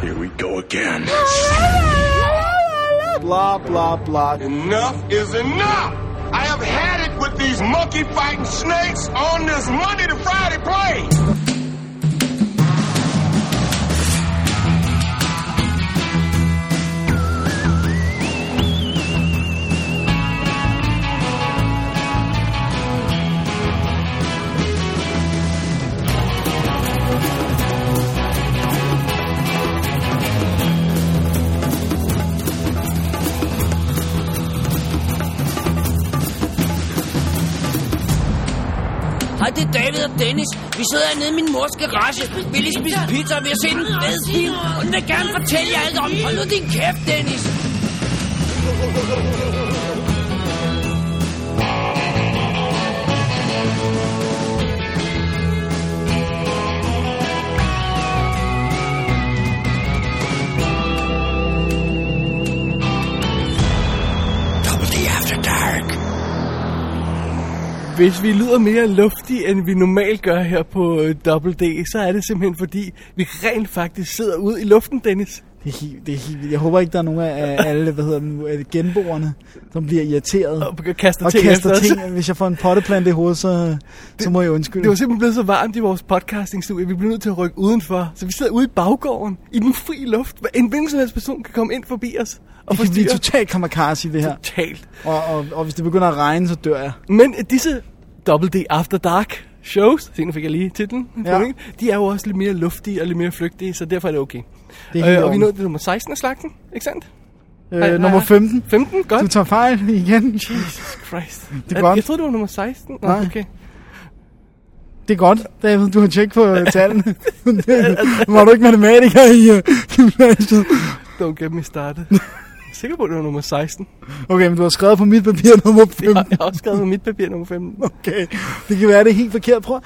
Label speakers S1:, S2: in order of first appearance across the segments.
S1: Here we go again.
S2: Blah, blah, blah.
S1: Enough is enough! I have had it with these monkey fighting snakes on this Monday to Friday plane!
S3: Hej, det er David og Dennis. Vi sidder nede i min mors garage. Vi lige spise pizza, og vi har set en fed film. Og den vil gerne fortælle jer alt om. Hold nu din kæft, Dennis. Double D After Dark.
S4: Hvis vi lyder mere luftige, end vi normalt gør her på øh, Double D, så er det simpelthen fordi, vi rent faktisk sidder ude i luften, Dennis.
S2: Det er, helt, det er helt vildt. Jeg håber ikke, der er nogen af af alle, hvad hedder det nu, af de genboerne, som bliver irriteret
S4: Og begynder at kaste
S2: og
S4: ting
S2: kaster
S4: efter os.
S2: ting. Hvis jeg får en potteplante i hovedet, så, så må jeg undskylde.
S4: Det var simpelthen blevet så varmt i vores podcastingstudie, at vi blev nødt til at rykke udenfor. Så vi sidder ude i baggården, i den fri luft, hvor en hvilken som helst person kan komme ind forbi os og
S2: det kan blive
S4: forstyrre
S2: totalt kamikaze, det her.
S4: totalt.
S2: Og, og, og hvis det begynder at regne, så dør jeg.
S4: Men øh, disse Double D After Dark shows, se nu fik jeg lige titlen,
S2: Ja.
S4: ja. de er jo også lidt mere luftige og lidt mere flygtige, så derfor er det okay.
S2: Det er helt
S4: øh, og vi
S2: ordentligt.
S4: nåede til nummer 16 af slagten, ikke sandt?
S2: Øh,
S4: Ej, nej,
S2: nummer
S4: nej.
S2: 15.
S4: 15, godt.
S2: Du tager fejl igen. Jesus.
S4: Christ.
S2: Det
S4: Det
S2: er
S4: er
S2: godt.
S4: Jeg troede, det var nummer 16. Nå,
S2: Nej.
S4: okay.
S2: Det er godt, David. Du har tjekket på øh, tallene. var du ikke matematiker i øh, gymnasiet?
S4: Don't get me started. Jeg er sikker på, at det var nummer 16.
S2: Okay, men du har skrevet på mit papir nummer 15.
S4: Jeg har, jeg har også skrevet på mit papir nummer 15.
S2: Okay, det kan være, det er helt forkert. Prøv,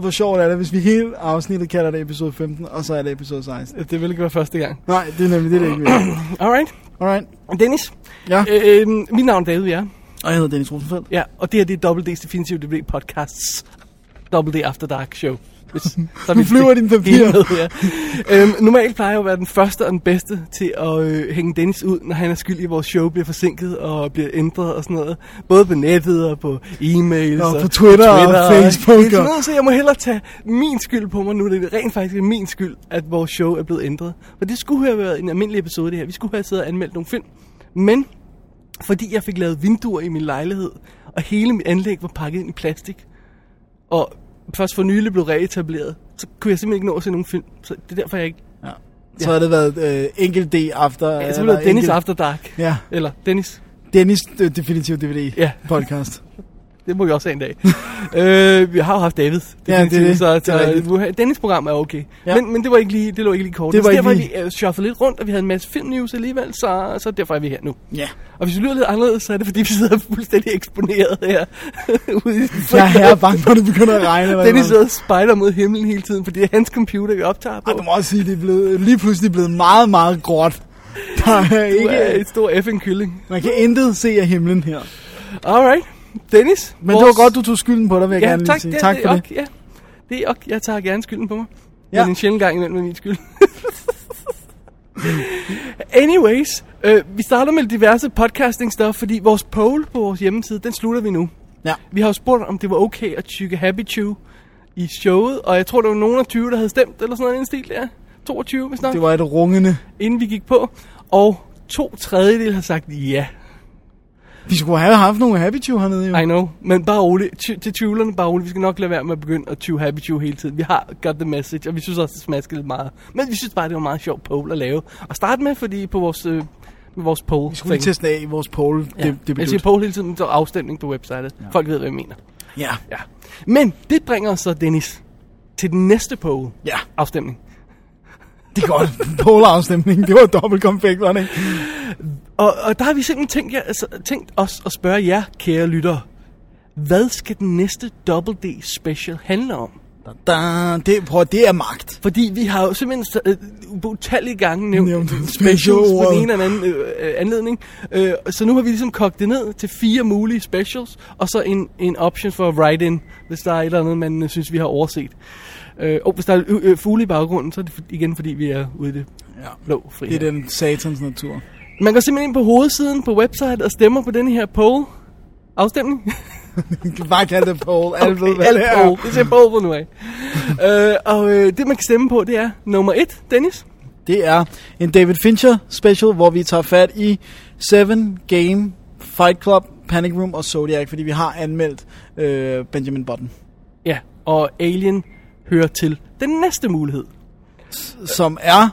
S2: hvor sjovt er det, hvis vi hele afsnittet kalder det episode 15, og så er det episode 16.
S4: Det ville ikke være første gang.
S2: Nej, det er nemlig det, det ikke ved.
S4: Alright.
S2: Alright.
S4: Dennis.
S2: Ja.
S4: Øh, øh, mit navn er David, ja.
S2: Og jeg hedder Dennis Rosenfeldt.
S4: ja. Og det her, det er Double D's Definitive DB Podcasts Double D After Dark Show. Hvis, så
S2: Nu flyver dine papirer.
S4: Med, ja. øhm, normalt plejer jeg at være den første og den bedste til at øh, hænge Dennis ud, når han er skyldig i, at vores show bliver forsinket og bliver ændret og sådan noget. Både på nettet og på e-mails
S2: Og på Twitter og Facebook
S4: Sådan
S2: og-
S4: noget, så jeg må hellere tage min skyld på mig nu. Det er rent faktisk min skyld, at vores show er blevet ændret. For det skulle have været en almindelig episode, det her. Vi skulle have siddet og anmeldt nogle film. Men fordi jeg fik lavet vinduer i min lejlighed, og hele mit anlæg var pakket ind i plastik, og først for nylig blev reetableret, så kunne jeg simpelthen ikke nå at se nogen film. Så det er derfor, jeg ikke... Altså,
S2: Ja. Så har det været øh, enkelt D after...
S4: Ja, så
S2: eller
S4: blev det Dennis
S2: enkelt-
S4: After Dark.
S2: Ja.
S4: Eller Dennis.
S2: Dennis øh, Definitive DVD
S4: Ja.
S2: podcast.
S4: Det må vi også have en dag. øh, vi har jo haft David.
S2: Ja, det er
S4: definitivt,
S2: det.
S4: Så,
S2: Det er rigtigt.
S4: så Dennis program er okay.
S2: Ja.
S4: Ja. Men, men det var ikke lige, det lå ikke lige kort.
S2: Det var
S4: så
S2: ikke
S4: derfor
S2: lige-
S4: har vi uh, shufflet lidt rundt, og vi havde en masse filmnews alligevel, så, så derfor er vi her nu.
S2: Ja.
S4: Og hvis vi lyder lidt anderledes, så er det fordi, vi sidder fuldstændig eksponeret her. ude i den
S2: Jeg er her bange, når det begynder at regne. eller
S4: Dennis
S2: noget.
S4: sidder og spejler mod himlen hele tiden, fordi det er hans computer, vi optager på.
S2: Ej, du må også sige, det er blevet, lige pludselig blevet meget, meget gråt. Der er
S4: Du er
S2: ikke,
S4: et stor effing kylling.
S2: man kan intet se af himlen her.
S4: Alright. Dennis?
S2: Men det var godt, du tog skylden på dig, vil jeg
S4: ja,
S2: gerne lige
S4: tak,
S2: sige.
S4: Det,
S2: tak
S4: det,
S2: for det.
S4: ok, Ja, det er ok. Jeg tager gerne skylden på mig.
S2: Ja.
S4: Ja. Men en sjældent gang imellem er min skyld. Anyways, øh, vi starter med diverse podcasting stuff, fordi vores poll på vores hjemmeside, den slutter vi nu.
S2: Ja.
S4: Vi har jo spurgt, om det var okay at tykke Happy Chew i showet, og jeg tror, der var nogen af 20, der havde stemt, eller sådan noget i den stil der. 22, hvis nok,
S2: Det
S4: var...
S2: var et rungende.
S4: inden vi gik på. Og to tredjedel har sagt ja.
S2: Vi skulle have haft nogle Happy Chew hernede, jo.
S4: I know, men bare roligt. Ty- til tvivlerne, bare roligt. Vi skal nok lade være med at begynde at tyve happy chew hele tiden. Vi har got the message, og vi synes også, det smasker lidt meget. Men vi synes bare, det var en meget sjov poll at lave. Og starte med, fordi på vores, øh, med vores poll.
S2: Vi skulle lige teste den af i vores poll. Ja. Det, det
S4: jeg siger
S2: bedød.
S4: poll hele tiden, men så afstemning på websitet. Ja. Folk ved, hvad jeg mener.
S2: Ja.
S4: Ja. Men det bringer os så, Dennis, til den næste poll.
S2: ja,
S4: Afstemning.
S2: det er godt. Poll-afstemning, det var dobbelt konfekt, var det ikke?
S4: Og, og der har vi simpelthen tænkt, jer, altså, tænkt os at spørge jer, kære lyttere. Hvad skal den næste Double D special handle om?
S2: Da, da, det, prøv, at- det er magt.
S4: Fordi vi har jo simpelthen øh, utallige gange nævnt,
S2: Nævnt
S4: nævnt
S2: special
S4: specials på
S2: ordet.
S4: den ene eller anden øh, øh, anledning. Øh, så nu har vi ligesom kogt det ned til fire mulige specials, og så en, en option for write-in, hvis der er et eller andet, man øh, synes, vi har overset. Øh, og hvis der er øh, øh, fugle i baggrunden, så er det for- igen, fordi vi er ude i det
S2: Ja.
S4: blå frihed.
S2: Det er den satans natur.
S4: Man går simpelthen ind på hovedsiden på website og stemmer på den her poll. Afstemning?
S2: Du kan bare kalde det Paul. Alle ved, hvad
S4: Alt
S2: det er.
S4: poll. Det ser poll på nu af. øh, og øh, det, man kan stemme på, det er nummer et, Dennis.
S2: Det er en David Fincher special, hvor vi tager fat i Seven, Game, Fight Club, Panic Room og Zodiac, fordi vi har anmeldt øh, Benjamin Button,
S4: Ja, og Alien hører til den næste mulighed.
S2: som er...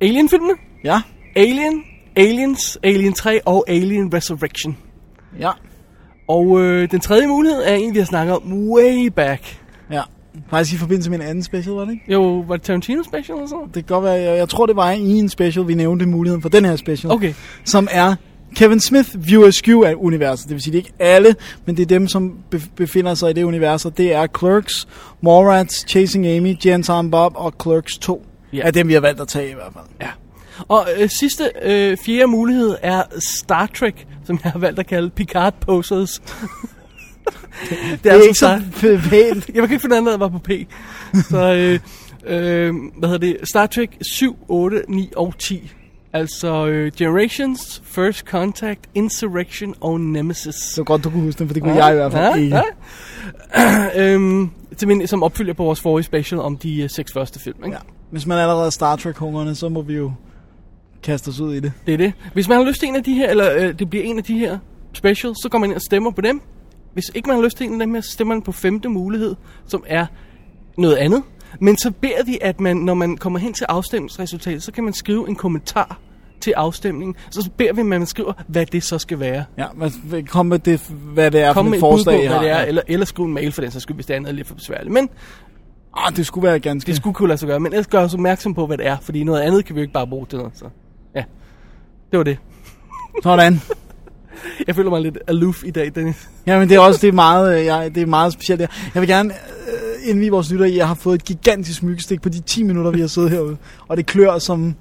S4: Alien-filmene.
S2: Ja,
S4: Alien, Aliens, Alien 3 og Alien Resurrection.
S2: ja,
S4: Og øh, den tredje mulighed er en, vi har snakket om way back.
S2: ja. Faktisk i forbindelse med en anden special, var det ikke?
S4: Jo, var det Tarantino Special eller sådan noget?
S2: Det kan godt være, jeg, jeg tror det var i en special, vi nævnte muligheden for den her special.
S4: Okay.
S2: Som er Kevin Smith Viewer Skew af universet. Det vil sige, det er ikke alle, men det er dem, som bef- befinder sig i det univers. Og det er Clerks, Morats, Chasing Amy, Jan Silent Bob og Clerks 2.
S4: Ja.
S2: Ja. Af dem, vi har valgt at tage i hvert fald.
S4: Ja. Og øh, sidste, øh, fjerde mulighed er Star Trek, som jeg har valgt at kalde Picard Posers. det, altså
S2: Det er, det er ikke
S4: Star-
S2: så p- pænt.
S4: Jeg kan ikke finde andet, der var på P. Så, øh, øh, hvad hedder det? Star Trek 7, 8, 9 og 10. Altså øh, Generations, First Contact, Insurrection og Nemesis.
S2: Så godt, du kunne huske den, for det kunne ja. jeg i hvert fald ikke. Ja.
S4: ja. øhm, til min, som opfylder på vores forrige special om de øh, seks første film. Ikke? Ja.
S2: Hvis man allerede er Star Trek-hungerne, så må vi jo kaste os ud i det.
S4: Det er det. Hvis man har lyst til en af de her, eller øh, det bliver en af de her specials, så går man ind og stemmer på dem. Hvis ikke man har lyst til en af dem her, så stemmer man på femte mulighed, som er noget andet. Men så beder vi, at man, når man kommer hen til afstemningsresultatet, så kan man skrive en kommentar til afstemningen. Så beder vi, at man skriver, hvad det så skal være.
S2: Ja, hvad- kom med det, hvad det er
S4: Kom
S2: for
S4: med
S2: et
S4: et bud på,
S2: forslag, I
S4: hvad
S2: har.
S4: det er,
S2: Ja.
S4: eller, eller skriv en mail for den, så skal hvis det andet er lidt for besværligt. Men
S2: Ah, det skulle være ganske...
S4: Det skulle kunne lade sig gøre, men ellers gør os opmærksom på, hvad det er, fordi noget andet kan vi jo ikke bare bruge til noget. Så. Ja, det var det.
S2: Sådan.
S4: Jeg føler mig lidt aloof i dag, Dennis.
S2: Ja, men det er også det er meget, øh, jeg, det er meget specielt der. Jeg vil gerne øh, indvige vores lytter i, at jeg har fået et gigantisk myggestik på de 10 minutter, vi har siddet herude. Og det klør som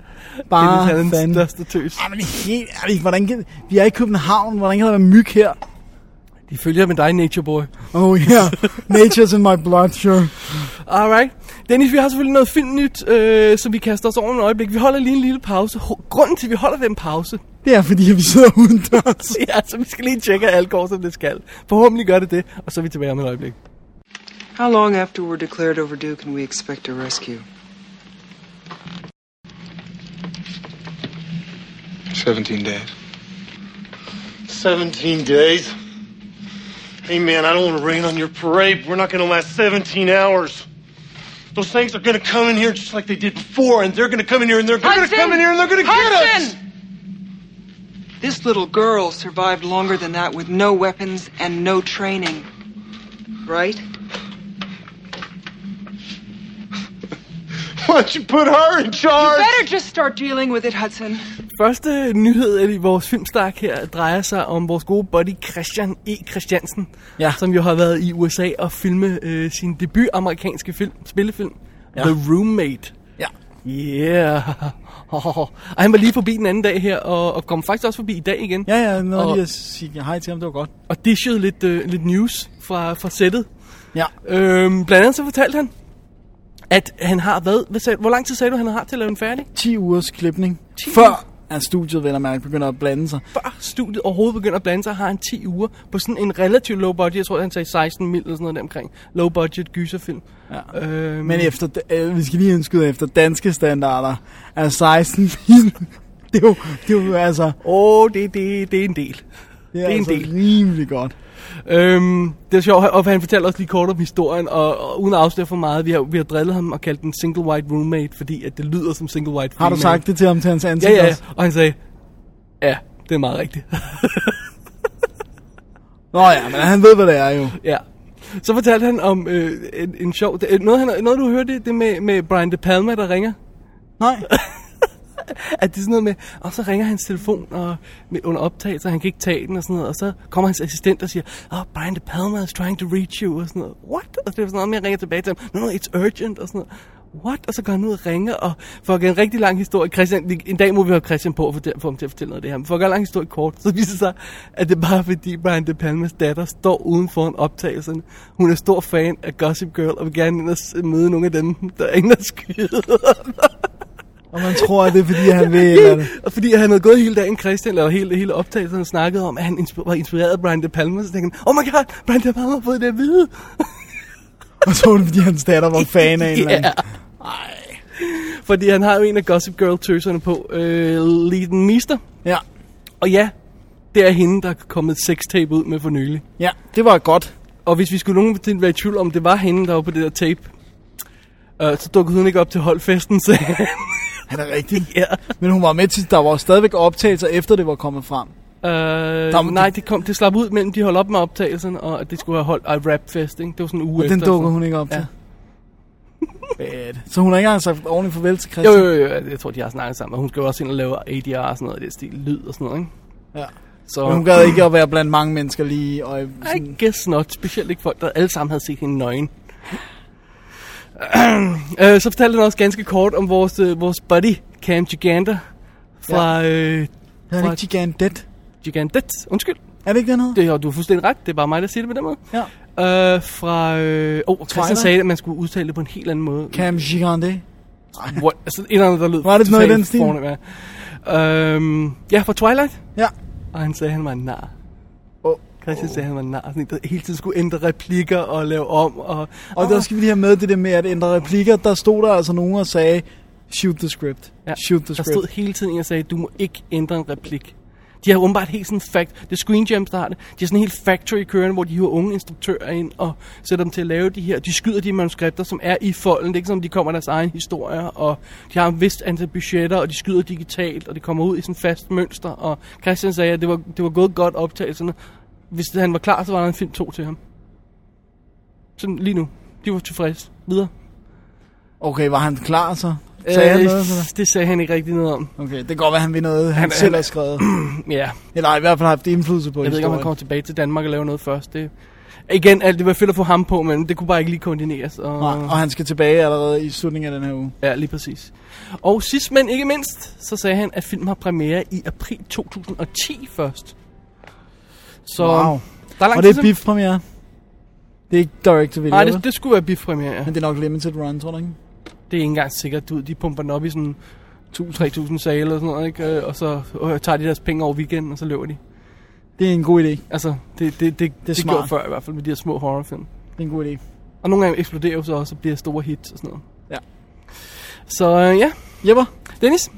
S2: bare
S4: Dennis er den
S2: Ah, fanden.
S4: største tøs. Ah,
S2: Ej, men helt ærligt, hvordan kan, vi er i København, hvordan kan der være myg her?
S4: De følger med dig, Nature Boy.
S2: Oh yeah, nature's in my blood, sure.
S4: Alright. Dennis, vi har selvfølgelig noget filmnyt, øh, så vi kaster os over en øjeblik. Vi holder lige en lille pause. Ho- Grunden til, at vi holder den pause,
S2: Det er fordi, vi sidder uden dørs.
S4: det er, altså, vi skal lige tjekke, at alt går, som det skal. Forhåbentlig gør det det, og så er vi tilbage om et øjeblik.
S5: How long after we're declared overdue can we expect a rescue?
S6: 17 days.
S7: 17 days. Hey, man, I don't want to rain on your parade. We're not going to last 17 hours. Those things are going to come in here just like they did before, and they're going to come in here, and they're going to come in here, and they're going to get us.
S5: This little girl survived longer than that with no weapons and no training. Right?
S7: Why don't you put her in charge?
S5: Better just start dealing with it, Hudson.
S4: Første nyhed i vores filmstark her drejer sig om vores gode buddy Christian E. Christiansen,
S2: Ja.
S4: som jo har været i USA og filme øh, sin debut amerikanske film, spillefilm, ja.
S2: Ja.
S4: The Roommate.
S2: Ja.
S4: Yeah. og han var lige forbi den anden dag her, og, og kom faktisk også forbi i dag igen.
S2: Ja, ja, noget
S4: Og-
S2: lige at sige hej til ham, det var godt.
S4: Og dishede lidt, øh, lidt news fra, fra sættet.
S2: Ja,
S4: Øhm, blandt andet så fortalte han, at han har været... Hvad sagde, hvor lang tid sagde du, han har til at lave den færdig?
S2: 10 ugers klipning, før at studiet, vel at mærke, begynder at blande sig.
S4: før studiet overhovedet begynder at blande sig, har han 10 uger på sådan en relativt low budget, jeg tror han sagde 16 mil eller sådan noget deromkring, low budget gyserfilm.
S2: Ja.
S4: Øh,
S2: Men efter, øh, vi skal lige indskyde efter danske standarder, er 16 mil. Det er jo, det er jo altså,
S4: Åh, oh, det, det, det er en del.
S2: det
S4: er
S2: er,
S4: en
S2: altså
S4: del.
S2: rimelig godt.
S4: Øhm, det er sjovt, og han fortæller også lige kort om historien, og, og uden at afsløre for meget, vi har, vi har drillet ham og kaldt den Single White Roommate, fordi at det lyder som Single White
S2: Har du
S4: Roommate.
S2: sagt det til ham til hans ansigt
S4: Ja, ja, ja,
S2: også?
S4: og han sagde, ja, det er meget rigtigt.
S2: Nå ja, men han ved, hvad det er jo.
S4: Ja. Så fortalte han om øh, en, en sjov... Det, noget, han, noget, du hørte, det, det med, med Brian De Palma, der ringer.
S2: Nej,
S4: at det er sådan noget med, og så ringer hans telefon og, med, under optagelse, og han kan ikke tage den og sådan noget, og så kommer hans assistent og siger, oh, Brian De Palma is trying to reach you, og sådan noget, what? Og så bliver det sådan noget med, at jeg ringer tilbage til ham, no, no, it's urgent, og sådan noget. What? Og så går han ud og ringer, og for at gøre en rigtig lang historie, Christian, en dag må vi have Christian på for at få ham til at fortælle noget af det her, men for at gøre en lang historie kort, så viser det sig, at det er bare fordi Brian De Palmas datter står uden for en optagelserne. Hun er stor fan af Gossip Girl, og vil gerne ind og s- møde nogle af dem, der er inde og skyde.
S2: Og man tror, at det er, fordi han vil et eller andet.
S4: Og fordi han havde gået hele dagen, Christian, eller hele, hele optagelsen, han snakkede om, at han insp- var inspireret af Brian De Palma, så tænkte han, oh my god, Brian De Palma har fået det at vide.
S2: Og så var det, fordi hans datter var fan af en eller anden.
S4: Fordi han har jo en af Gossip Girl-tøserne på, øh, Leighton Meester.
S2: Ja.
S4: Og ja, det er hende, der er kommet et sextape ud med for nylig.
S2: ja, det var godt.
S4: Og hvis vi skulle nogen være i tvivl om, det var hende, der var på det der tape, øh, så dukkede hun ikke op til holdfesten, så
S2: Han er rigtig.
S4: ja.
S2: Men hun var med til, der var stadigvæk optagelser, efter det var kommet frem.
S4: Øh,
S2: Der må-
S4: nej, det, kom, det slap ud mellem de holdt op med optagelsen, og at det skulle have holdt og rapfest, ikke? Det var sådan en uge
S2: Og
S4: efter.
S2: den dukker
S4: sådan.
S2: hun ikke op til.
S4: Ja.
S2: Bad. Så hun har ikke engang sagt ordentligt farvel til
S4: Jo,
S2: Christian?
S4: jo, jo, jo, jeg tror, de har snakket sammen, og hun skal jo også ind og lave ADR og sådan noget, det stil, lyd og sådan noget, ikke?
S2: Ja.
S4: Så,
S2: Men hun gad ikke at være blandt mange mennesker lige. Og sådan,
S4: I guess not, specielt ikke folk, der alle sammen havde set hende nøgen. øh, så fortalte han også ganske kort om vores, øh, vores buddy, Cam Gigander, fra ja. øh,
S2: er det ikke gigantet?
S4: Gigantet, undskyld.
S2: Er det ikke den her?
S4: Det, og du har fuldstændig ret, det er bare mig, der siger det på den måde.
S2: Ja.
S4: Øh, fra... Øh, oh, Christian
S2: Twilight?
S4: sagde, at man skulle udtale det på en helt anden måde.
S2: Cam Gigante.
S4: What? Altså, et eller andet, der lød...
S2: Var det noget i
S4: totalt
S2: den stil?
S4: fornemt, ja. Øhm, ja, fra Twilight.
S2: Ja.
S4: Og han sagde, at han var en nar.
S2: Og,
S4: Christian sagde, at han var en nar. Sådan en, der hele tiden skulle ændre replikker og lave om. Og,
S2: og der skal vi lige have med det der med at ændre replikker. Der stod der altså nogen og sagde, shoot the script.
S4: Ja,
S2: Shoot the
S4: der
S2: script.
S4: stod hele tiden, jeg sagde, du må ikke ændre en replik. De har åbenbart helt sådan fact, det er Screen Jam, der har det. De har sådan en helt factory kørende, hvor de hiver unge instruktører ind og sætter dem til at lave de her. De skyder de manuskripter, som er i folden. Det er ikke som, de kommer med deres egen historier, og de har en vist antal budgetter, og de skyder digitalt, og det kommer ud i sådan et fast mønster. Og Christian sagde, at det var, det var gået godt optagelserne. Hvis han var klar, så var der en film 2 til ham. Sådan lige nu. De var tilfredse. Videre.
S2: Okay, var han klar så? Sagde øh, han noget? Eller?
S4: det sagde han ikke rigtig noget om.
S2: Okay, det kan godt være, han vil noget, han, han selv har skrevet.
S4: Ja,
S2: Eller i hvert fald har haft indflydelse på
S4: Jeg ved ikke, om han
S2: historien.
S4: kommer tilbage til Danmark og laver noget først. Det, igen, alt det var fedt at få ham på, men det kunne bare ikke lige koordineres. Og,
S2: Nej, og han skal tilbage allerede i slutningen af den her uge.
S4: Ja, lige præcis. Og sidst, men ikke mindst, så sagde han, at filmen har premiere i april 2010 først. Så
S2: Wow.
S4: der er lang
S2: Og
S4: tid
S2: det
S4: til-
S2: er biff-premiere. Det er ikke direct to video,
S4: Nej,
S2: vel?
S4: det, det skulle være biffpremiere. ja.
S2: men det er nok limited run, tror du ikke?
S4: Det er ikke engang sikkert. Du, ved, de pumper den op i sådan 3.000 sale eller sådan noget, ikke? Øh, og så øh, tager de deres penge over weekenden, og så løber de.
S2: Det er en god idé.
S4: Altså, det, det, det, det, det
S2: smart.
S4: gjorde før i hvert fald med de her små horrorfilm.
S2: Det er en god idé.
S4: Og nogle gange eksploderer jo så også og bliver store hits og sådan noget.
S2: Ja.
S4: Så øh, ja,
S2: Jepper?
S4: Dennis.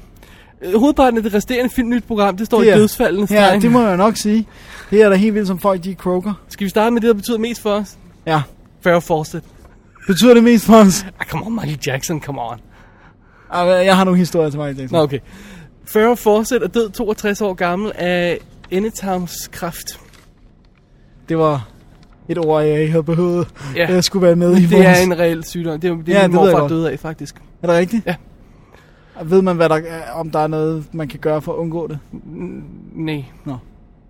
S4: øh, Hovedparten af det resterende filmnyt program, det står
S2: Det
S4: i
S2: er-
S4: dødsfaldenes
S2: Ja,
S4: tegn.
S2: det må jeg nok sige. Det er da helt vildt, som folk de croaker.
S4: Skal vi starte med det, der betyder mest for os?
S2: Ja.
S4: Farrah Fawcett.
S2: Betyder det mest for os?
S4: Ah, come on, Michael Jackson, come on.
S2: Ej, Jeg har nogle historier til mig i dag.
S4: Nå, okay. Farrah Fawcett er død 62 år gammel af endetarmskræft.
S2: Det var et ord, jeg ikke havde behøvet.
S4: Ja.
S2: Jeg skulle være med i
S4: Det er
S2: vores.
S4: en reel sygdom. Det er det,
S2: Ja,
S4: ja, min
S2: det ved jeg
S4: morfar
S2: godt.
S4: døde af, faktisk.
S2: Er det rigtigt?
S4: Ja.
S2: Og Ved man, hvad der, er- om der er noget, man kan gøre for at undgå det?
S4: Nej,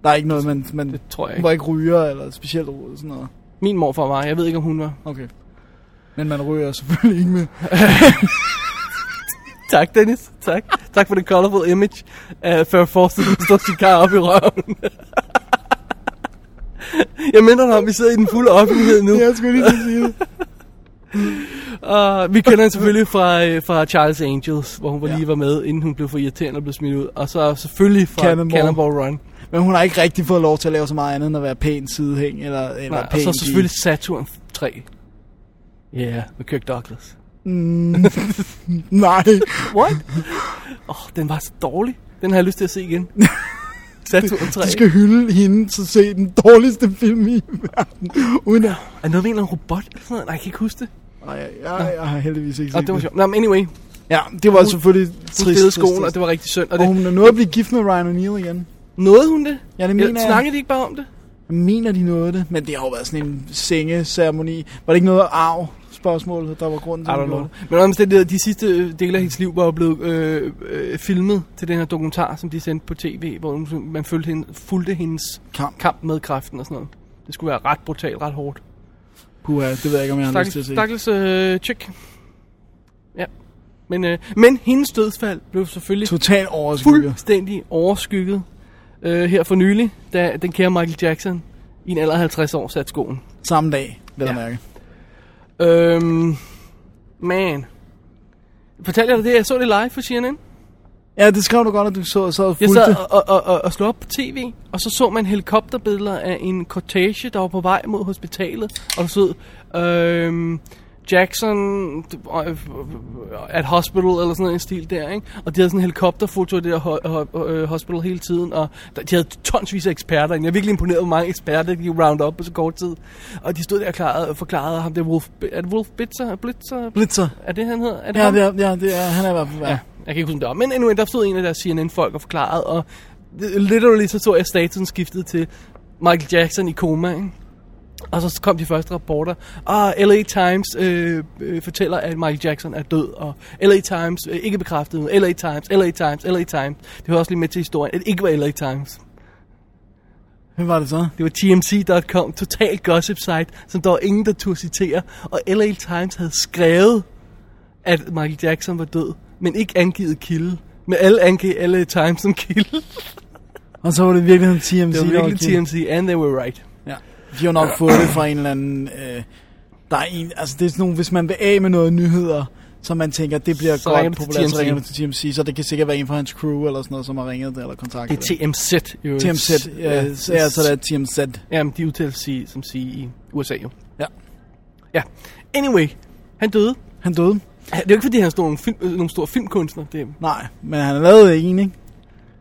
S2: Der er ikke noget, man, man
S4: det tror jeg
S2: må
S4: ikke.
S2: ikke ryger eller specielt rode, sådan noget.
S4: Min morfar var, jeg ved ikke, om hun var.
S2: Okay. Men man ryger selvfølgelig ikke med.
S4: Tak, Dennis. Tak. tak for det colorful image af Farrah Fawcett, der står cigar op i røven. Jeg minder dig om, vi sidder i den fulde offentlighed nu.
S2: Jeg skulle lige til at sige det.
S4: Og vi kender hende selvfølgelig fra, øh, fra Charles Angels, hvor hun var
S2: Ja.
S4: lige var med, inden hun blev for irriterende og blev smidt ud. Og så selvfølgelig fra Cannonball,
S2: Cannonball.
S4: Cannonball Run.
S2: Men hun har ikke rigtig fået lov til at lave så meget andet end at være pæn sidehæng. Eller, eller
S4: Nej, og
S2: pæn
S4: så
S2: pige.
S4: selvfølgelig Saturn 3. Ja, yeah, med Kirk Douglas.
S2: Nej. What?
S4: Åh, oh, den var så dårlig. Den har jeg lyst til at se igen. Saturn 3.
S2: De skal hylde hende, så se den dårligste film i verden. Uden at...
S4: Er noget med en eller anden robot eller sådan noget? Nej, jeg kan ikke huske det.
S2: Nej, jeg, jeg, jeg har heldigvis ikke set
S4: Og det var sjovt. Nå, men anyway, hun
S2: Ja, det var selvfølgelig trist.
S4: stillede skoen,
S2: trist, trist.
S4: og det var rigtig synd. Og
S2: Og
S4: det,
S2: hun er nået at blive gift med Ryan O'Neill igen.
S4: Nåede hun det?
S2: Ja, det
S4: Eller
S2: mener jeg.
S4: Snakkede de ikke bare om det?
S2: Jeg mener, de nåede det. Men det har jo været sådan en sengeceremoni. Var det ikke noget arv spørgsmål, der var grunden til,
S4: I
S2: at
S4: don't
S2: hun
S4: know.
S2: gjorde det?
S4: Men om det de sidste øh, dele af hendes liv var jo blevet øh, øh, filmet til den her dokumentar, som de sendte på tv, hvor hun- man følte hende, fulgte hendes
S2: Kamp.
S4: kamp med kræften og sådan noget. Det skulle være ret brutalt, ret hårdt.
S2: Puha, det ved jeg ikke, om jeg har lyst til at
S4: Stakkels,
S2: se.
S4: stakkels øh, chick. Ja. Men, øh, men hendes dødsfald blev selvfølgelig
S2: Total overskygger.
S4: fuldstændig overskygget øh, her for nylig, da den kære Michael Jackson i en alder af 50 år satte skoen.
S2: Samme dag, vil jeg
S4: Ja.
S2: mærke.
S4: Øhm, man. Øhm, Fortalte jeg dig det? Jeg så det live på CNN.
S2: Ja, det skrev du godt, at du så, så
S4: Jeg
S2: fulgte.
S4: sad og, og, og, og slog op på tv, og så så man helikopterbilleder af en cortege, der var på vej mod hospitalet. Og der stod, øhm, Jackson øh, at hospital, eller sådan noget i stil der, ikke? Og de havde sådan en helikopterfoto af det der ho- ho- øh, hospital hele tiden, og der- de havde tonsvis af eksperter inde. Jeg er virkelig imponeret, hvor mange eksperter de round op på så kort tid. Og de stod der og klarede, forklarede ham, det er Wolf, er det Wolf Blitzer? Blitzer?
S2: Blitzer.
S4: Er det, han hedder? Er det
S2: Ja,
S4: ham?
S2: det er, ja, det er, han er i hvert fald
S4: Ja,
S2: værd.
S4: jeg kan ikke huske, om det var. Men endnu der stod en af deres CNN-folk og forklarede, og literally så så jeg statusen skiftet til Michael Jackson i koma, ikke? Og så kom de første rapporter. Og LA Times øh, øh, fortæller, at Michael Jackson er død. Og LA Times øh, ikke bekræftet. noget. LA Times, LA Times, LA Times. Det hører også lige med til historien, at det ikke var LA Times.
S2: Hvem var det så?
S4: Det var TMC.com, total gossip site, som der var ingen, der turde citere. Og LA Times havde skrevet, at Michael Jackson var død, men ikke angivet kilde. Men alle angav LA Times som kilde.
S2: Og så var det virkelig en TMC.
S4: Det var
S2: der
S4: virkelig
S2: kilden.
S4: TMC, and they were right.
S2: Ja. De har nok fået det fra en eller anden... Øh, der er en, altså det er sådan nogle, hvis man vil af med noget nyheder, så man tænker, det bliver
S4: Så ringer
S2: godt
S4: du til
S2: populært, så
S4: TMC.
S2: ringer du til TMC, så det kan sikkert være en fra hans crew eller sådan noget, som har ringet det, eller kontaktet
S4: Det er TMZ. Jo.
S2: det. TMZ. Ja, så, ja, så det er altså TMZ.
S4: Jamen, de udtaler sig, som siger i USA jo.
S2: Ja.
S4: Ja. Anyway, han døde.
S2: Han døde.
S4: Det er jo ikke, fordi han stod nogle, film, øh, nogle store filmkunstner. Det er
S2: Nej, men han lavede en, ikke?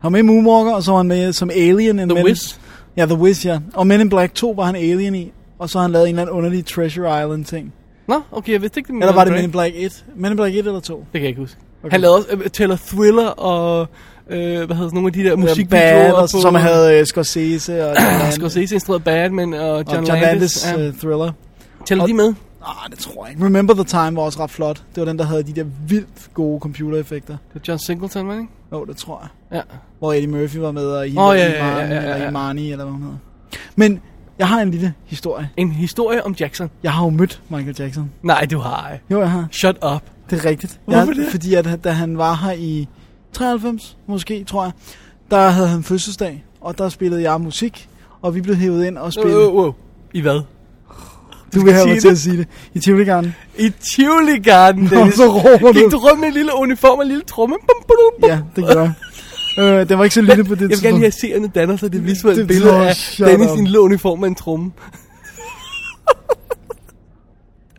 S2: Han var med i Moonwalker, og så var han med som Alien. i
S4: The
S2: Men-
S4: Wiz.
S2: Ja, The Wiz, ja. Og Men in Black 2 var han Alien i, og så har han lavet en eller anden underlig Treasure Island-ting.
S4: Nå, okay, jeg vidste ikke, det
S2: Eller var det Men
S4: Drake.
S2: in Black 1? Men in Black 1 eller 2?
S4: Det kan jeg ikke huske. Okay. Han lavede også uh, Taylor Thriller og øh, hvad hedder sådan nogle af de der
S2: Bad,
S4: musikvideoer øh,
S2: og, som havde uh, Scorsese og John Land-
S4: Scorsese instrueret Batman og
S2: og
S4: John,
S2: John Landis
S4: Landis.
S2: uh,
S4: Ja.
S2: thriller.
S4: Tæller
S2: og-
S4: de med?
S2: Nej, det tror jeg ikke. Remember the Time var også ret flot. Det var den, der havde de der vildt gode computereffekter.
S4: Det er John Singleton, var det ikke?
S2: Jo, det tror jeg.
S4: Ja.
S2: Hvor Eddie Murphy var med, og Ima-
S4: Åh, ja, ja, ja,
S2: Imani,
S4: ja, ja, ja.
S2: eller Imani, eller hvad hun hedder. Men jeg har en lille historie.
S4: En historie om Jackson.
S2: Jeg har jo mødt Michael Jackson.
S4: Nej, du har ej.
S2: Jo, jeg har.
S4: Shut up.
S2: Det er rigtigt.
S4: Hvorfor
S2: jeg,
S4: det?
S2: Fordi at, da han var her i 93, måske, tror jeg, der havde han fødselsdag, og der spillede jeg musik, og vi blev hævet ind og spillede.
S4: Wow, wow. I hvad?
S2: Du vil have
S4: sige
S2: mig til
S4: det.
S2: at sige det. I Tivoli Garden.
S4: I Tivoli Garden, Dennis.
S2: så råber
S4: Gik
S2: du.
S4: du rundt med en lille uniform og en lille tromme? Bum, bum, bum, bum.
S2: Ja, det gjorde jeg. øh, det var ikke så lille på det
S4: Jeg vil gerne
S2: tidspunkt.
S4: lige have seerne danner sig det
S2: Det-
S4: visuelle
S2: det-
S4: billede
S2: åh,
S4: af
S2: shut
S4: Dennis
S2: up.
S4: i en lille uniform med en tromme.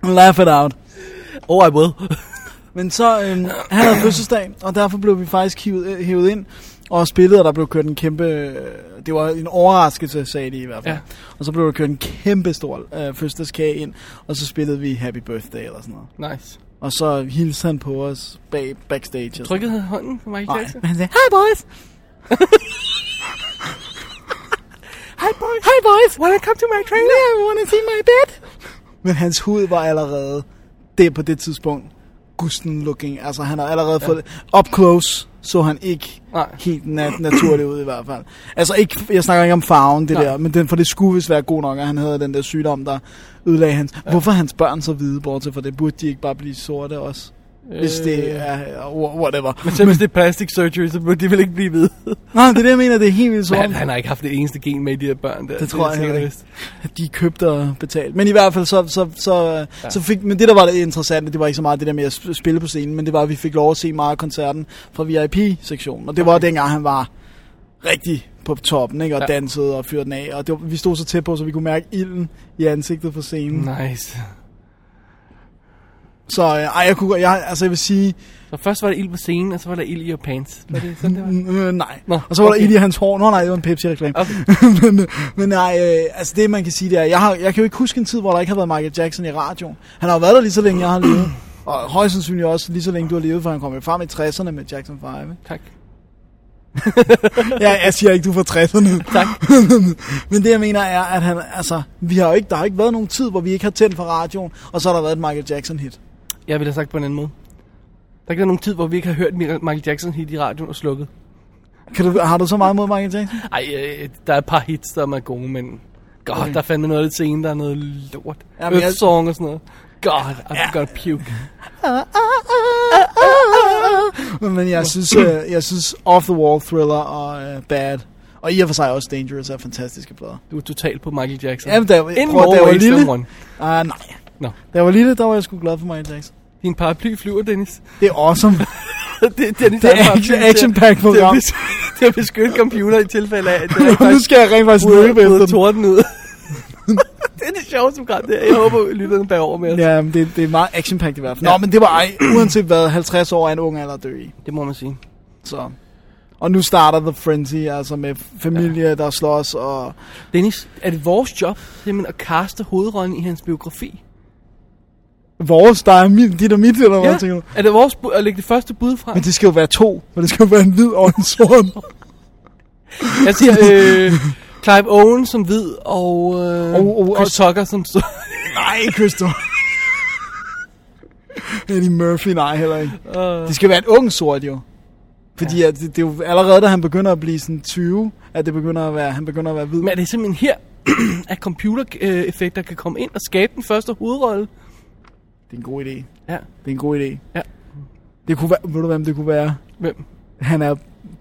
S2: Laugh it out.
S4: Oh, I will.
S2: Men så, øhm, han havde fødselsdag, og derfor blev vi faktisk hivet, hivet ind og spillet, og der blev kørt en kæmpe... øh, Det var en overraskelse, sagde de i hvert fald. Ja.
S4: Ja.
S2: Og så blev der kørt en kæmpe stor øh, fødselsdagskage ind, og så spillede vi Happy Birthday eller sådan noget.
S4: Nice.
S2: Og så hilste han på os bag, backstage. og sådan
S4: Trykkede han hånden på Michael
S2: Nej,
S4: Jackson?
S2: men han sagde, hej boys! Hej boys! Hej boys! Wanna come to my trailer? Yeah, wanna see my bed? Men hans hud var allerede, det på det tidspunkt, gusten looking. Altså han har allerede ja. fået, up close så han ikke
S4: Nej.
S2: helt nat- naturligt ud i hvert fald. Altså ikke, jeg snakker ikke om farven, det Nej.
S4: Nej.
S2: der, men den, for det skulle vist være god nok, at han havde den der sygdom, der ødelagde hans. Ja. Hvorfor er hans børn så hvide, bortset fra det? Burde de ikke bare blive sorte også? Hvis det er, whatever.
S4: Men selv hvis det er plastic surgery, så burde de vel ikke blive ved.
S2: Nej, det er det, jeg mener, det er helt vildt
S4: Men
S2: sort.
S4: han, han har ikke haft det eneste gen med i de her børn der.
S2: Det tror jeg heller
S4: sikkert
S2: ikke.
S4: vist.
S2: De købte og betalte. Men i hvert fald, så, så, så, ja. så fik... Men det, der var det interessante, det var ikke så meget det der med at sp- spille på scenen, men det var, at vi fik lov at se meget af koncerten fra VIP-sektionen. Og det var dengang, han var rigtig på toppen, ikke? Og ja.
S4: Ja.
S2: dansede og fyrte den af. Og det var, vi stod så tæt på, så vi kunne mærke ilden i ansigtet på scenen. Nej.
S4: Nice.
S2: Så øh, ej, jeg kunne... Jeg, altså, jeg vil sige...
S4: Så først var der ild på scenen, og så var der ild i your pants. Var det sådan, det var?
S2: Mm, Øh, nej. Nå,
S4: Nå,
S2: og så var okay.
S4: okay.
S2: der ild i hans hår. Nå nej, det var en Pepsi-reklame.
S4: Okay.
S2: men, øh, men nej, øh, altså det man kan sige, det er, jeg, har, jeg kan jo ikke huske en tid, hvor der ikke har været Michael Jackson i radioen. Han har jo været der lige så længe, jeg har levet. Og højst sandsynligt også lige så længe, du har levet, for han kom jo frem i 60'erne med Jackson 5. ikke?
S4: Tak.
S2: Ja, jeg siger ikke, du er fra 60'erne.
S4: Tak.
S2: men det jeg mener er, at han, altså, vi har jo ikke, der har ikke været nogen tid, hvor vi ikke har tændt for radioen, og så har der været et Michael Jackson-hit.
S4: Jeg ville have sagt på en anden måde. Der er ikke været nogen tid, hvor vi ikke har hørt Michael Jackson hit i radioen og slukket.
S2: Kan du, har du så meget mod Michael Jackson?
S4: Ej, øh, der er et par hits, der er gode, men... God, okay. der er fandme noget lidt scene, der er noget lort.
S2: Mm. Ja,
S4: Ja,
S2: men jeg-
S4: Earth song og sådan noget. God, I'm ja. gonna puke.
S2: Men, men jeg synes, øh, jeg synes Off the Wall Thriller og øh, Bad, og i og for sig også Dangerous er fantastiske plader.
S4: Du er totalt på Michael Jackson.
S2: Jamen, da jeg-
S4: In
S2: prøv at- da jeg
S4: more
S2: var
S4: ways
S2: lille-
S4: than one.
S2: Ah, nej.
S4: Nå.
S2: Da jeg var lille, der var jeg sgu glad for Michael Jackson.
S4: Din paraply flyver, Dennis.
S2: Det er awesome.
S4: det, Dennis
S2: Det
S4: har en
S2: er
S4: paraply
S2: action-
S4: til at-
S2: action-packed
S4: til at
S2: program.
S4: bes- Til at beskytte computer i tilfælde af, at det
S2: nu skal jeg rent faktisk løbe
S4: løbe
S2: efter
S4: ud
S2: den.
S4: torden ud. det er det sjoveste program, det er. Jeg håber, lytterne bærer over med os.
S2: Ja, men det, det er meget action -packed i hvert fald. Nå, men det var ej, uanset hvad, 50 år er en ung alder at dø i.
S4: Det må man sige.
S2: Så. Og nu starter The Frenzy, altså med familie, ja. der slås, og
S4: Dennis, er det vores job simpelthen at kaste hovedrollen i hans biografi?
S2: vores, der er min, dit og mit, eller hvad tænker du?
S4: Er det vores bu- at lægge det første bud frem?
S2: Men det skal jo være to, for det skal jo være en hvid og en sort.
S4: Jeg siger, øh, Clive Owen som hvid og øh,
S2: Og- og-
S4: Chris Tucker som sort.
S2: nej, Christopher. Eddie Murphy, nej heller ikke. Det skal være et ung sort jo. Fordi ja. at det, det, er jo allerede, da han begynder at blive sådan 20, at det begynder at være, han begynder at være hvid.
S4: Men er det simpelthen her, at computereffekter kan komme ind og skabe den første hovedrolle?
S2: Det er en god idé.
S4: Ja.
S2: Det er en god idé.
S4: Ja.
S2: Det kunne være, ved du hvem det kunne være?
S4: Hvem?
S2: Han er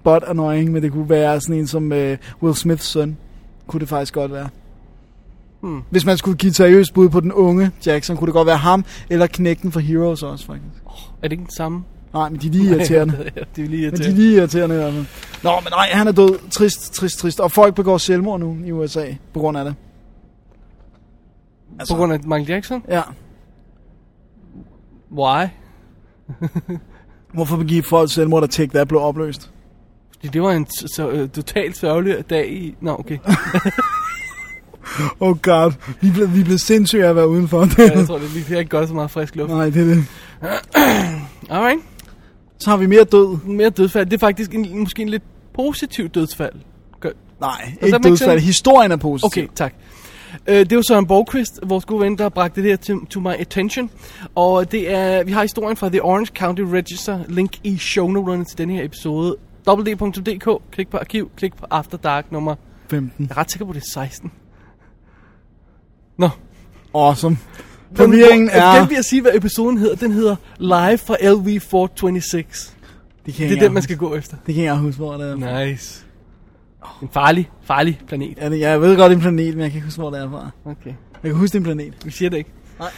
S2: bot annoying, men det kunne være sådan en som øh, Will Smiths søn. Kunne det faktisk godt være. Hmm. Hvis man skulle give et seriøst bud på den unge Jackson, kunne det godt være ham, eller knægten fra Heroes også, faktisk.
S4: Er det ikke den samme?
S2: Nej, men de er lige irriterende.
S4: det er lige
S2: men de er
S4: irriterende.
S2: lige irriterende i hvert fald. Nå, men nej, han er død. Trist, trist, trist. Og folk begår selvmord nu i USA, på grund af det.
S4: På grund af Michael Jackson?
S2: Ja.
S4: Why?
S2: Hvorfor begik folk selvmord, der Take That blev opløst?
S4: Fordi det var en t- så, øh, totalt sørgelig dag i... Nå, okay.
S2: Oh god, vi blev, vi blev sindssyge af at være udenfor.
S4: Ja, jeg tror, det er lige det har ikke godt så meget frisk luft.
S2: nej, det er det.
S4: Alright.
S2: Så har vi mere død.
S4: Mere dødsfald. Det er faktisk en, måske en lidt positiv dødsfald. Gør,
S2: Nej,
S4: that
S2: ikke
S4: make
S2: dødsfald.
S4: sense?
S2: Historien er positiv.
S4: Okay, tak. Øh, det er jo Søren Borgqvist, vores gode ven, der bragte det her til to my attention. Og det er, vi har historien fra The Orange County Register, link i shownoterne til den her episode. www.dk, klik på arkiv, klik på After Dark nummer.
S2: 15.
S4: Jeg er ret sikker på, det er 16. Nå.
S2: Awesome. Premieringen er...
S4: Den vil jeg sige, hvad episoden hedder. Den hedder Live fra LV426.
S2: Det kan
S4: Det er den, man skal gå efter.
S2: Det kan jeg huske, hvor det er. Nej.
S4: Nice. En farlig, farlig planet.
S2: Ja, det- jeg ved godt, det er en planet, men jeg kan ikke huske, hvor det er fra.
S4: Okay.
S2: Jeg kan huske, det er en planet.
S4: Vi siger det ikke. Nej.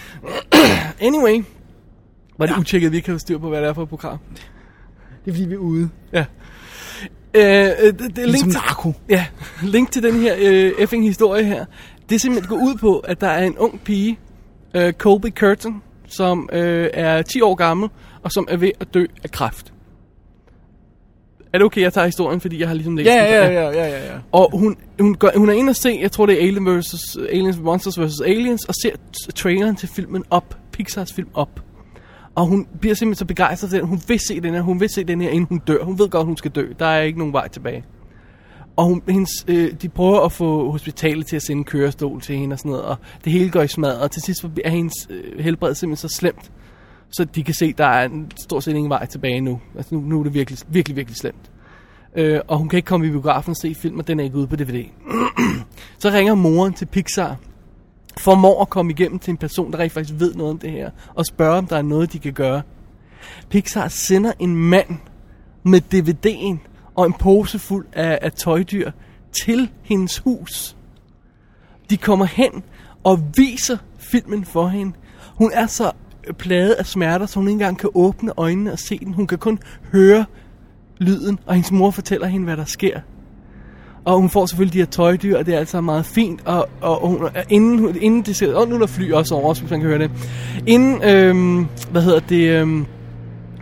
S4: anyway. Var det utjekket, at vi ikke havde styr på, hvad det er for et program?
S2: Det er, fordi vi er ude.
S4: Ja. Øh, øh, det, det er link,
S2: Ligesom
S4: til,
S2: narko.
S4: ja, link til den her øh, effing historie her. Det er simpelthen går ud på, at der er en ung pige, øh, Colby Curtin, som øh, er 10 år gammel, og som er ved at dø af kræft. Er det okay, jeg tager historien, fordi jeg har ligesom læst
S2: Ja,
S4: den?
S2: ja, ja, ja, ja, ja.
S4: Og hun, hun, gør, hun er inde og se, jeg tror det er Alien versus, Aliens Monsters vs. Aliens, og ser t- traileren til filmen op, Pixars film op. Og hun bliver simpelthen så begejstret for den, hun vil se den her, hun vil se den her, inden hun dør. Hun ved godt, hun skal dø, der er ikke nogen vej tilbage. Og hun, hendes, øh, de prøver at få hospitalet til at sende en kørestol til hende og sådan noget, og det hele går i smadret, og til sidst så er hendes øh, helbred simpelthen så slemt, så de kan se, at der er en- stort set ingen vej tilbage nu. Altså nu, nu er det virkelig, virkelig, virkelig slemt øh, og hun kan ikke komme i biografen og se film, og den er ikke ude på DVD. så ringer moren til Pixar, formår at komme igennem til en person, der rent faktisk ved noget om det her, og spørger, om der er noget, de kan gøre. Pixar sender en mand med DVD'en og en pose fuld af, af tøjdyr til hendes hus. De kommer hen og viser filmen for hende. Hun er så øh, plaget af smerter, så hun ikke engang kan åbne øjnene og se den. Hun kan kun høre lyden, og hendes mor fortæller hende, hvad der sker. Og hun får selvfølgelig de her tøjdyr, og det er altså meget fint. Og, og, og hun, er- inden, hun- inden det ser... Og nu er der fly også over, os, hvis man kan høre det. Inden, øhm, hvad hedder det... Øhm,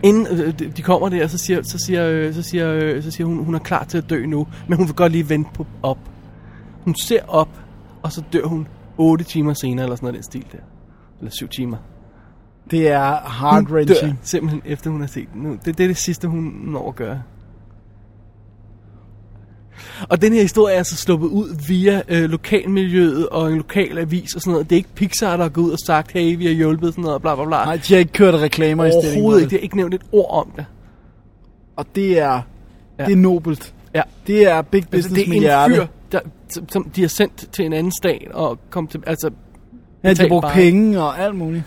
S4: inden øh, de- de kommer der, så siger, så siger, øh, så siger, øh, så siger hun, hun er klar til at dø nu, men hun vil godt lige vente på, op. Hun ser op, og så dør hun 8 timer senere, eller sådan noget i den stil der. Eller 7 timer.
S2: Det er
S4: Hun dør
S2: heart-wrenching.
S4: simpelthen efter hun har set den. Nu, det, det er det sidste, hun når at gøre. Og den her historie er altså sluppet ud via øh, lokalmiljøet og en lokal avis og sådan noget. Det er ikke Pixar, der er gået ud og sagt, hey, vi har hjulpet sådan noget, og bla bla bla.
S2: Nej, de har ikke kørt reklamer i stillingen.
S4: Overhovedet ikke. Det er ikke nævnt et ord om det.
S2: Og det er,
S4: Ja.
S2: det er nobelt.
S4: Ja.
S2: Det er big
S4: Altså,
S2: business med
S4: det er en
S2: hjerte.
S4: fyr, der, som- som de har sendt til en anden stat og kom til... Altså,
S2: Ja, de har
S4: betalt
S2: brugt
S4: bare.
S2: penge og alt muligt.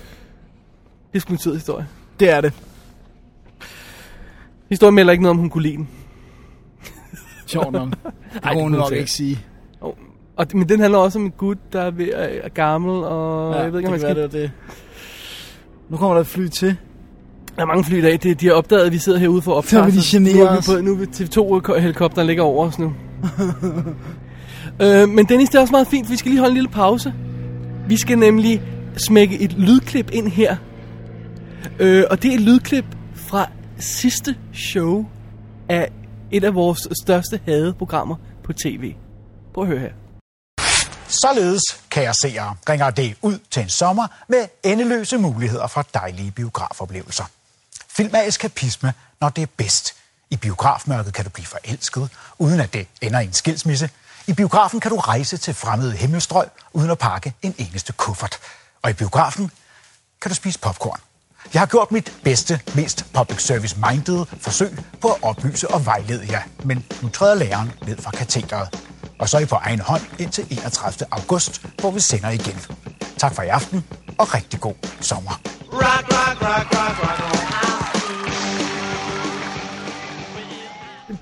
S4: Det er sgu en sød historie.
S2: Det er det.
S4: Historien melder ikke noget om, hun kunne lide den.
S2: Sjovt nok. Det
S4: det
S2: kunne hun
S4: kunne
S2: nok
S4: hun
S2: ikke sige.
S4: Og, og, men den handler også om en gut, der er, ved, er gammel, og ja, jeg ved ikke, om
S2: det
S4: man
S2: kan være,
S4: skal
S2: det var det. Nu kommer der et fly til.
S4: Der er mange fly i dag. De, de har opdaget, at vi sidder herude for at
S2: Så
S4: optage.
S2: vil de
S4: os. Nu
S2: genere
S4: er vi
S2: os.
S4: på, nu er TV2-helikopteren ligger over os nu. øh, men Dennis, det er også meget fint. Vi skal lige holde en lille pause. Vi skal nemlig smække et lydklip ind her. Øh, og det er et lydklip fra sidste show af et af vores største hadeprogrammer på tv. Prøv at høre her.
S8: Således, kære seere, ringer det ud til en sommer med endeløse muligheder for dejlige biografoplevelser. Film er eskapisme, når det er bedst. I biografmørket kan du blive forelsket, uden at det ender i en skilsmisse. I biografen kan du rejse til fremmede himmelstrøg, uden at pakke en eneste kuffert. Og i biografen kan du spise popcorn. Jeg har gjort mit bedste, mest public service-minded forsøg på at oplyse og vejlede jer, men nu træder læreren ned fra katedret. Og så er I på egen hånd indtil 31. august, hvor vi sender igen. Tak for i aften, og rigtig god sommer.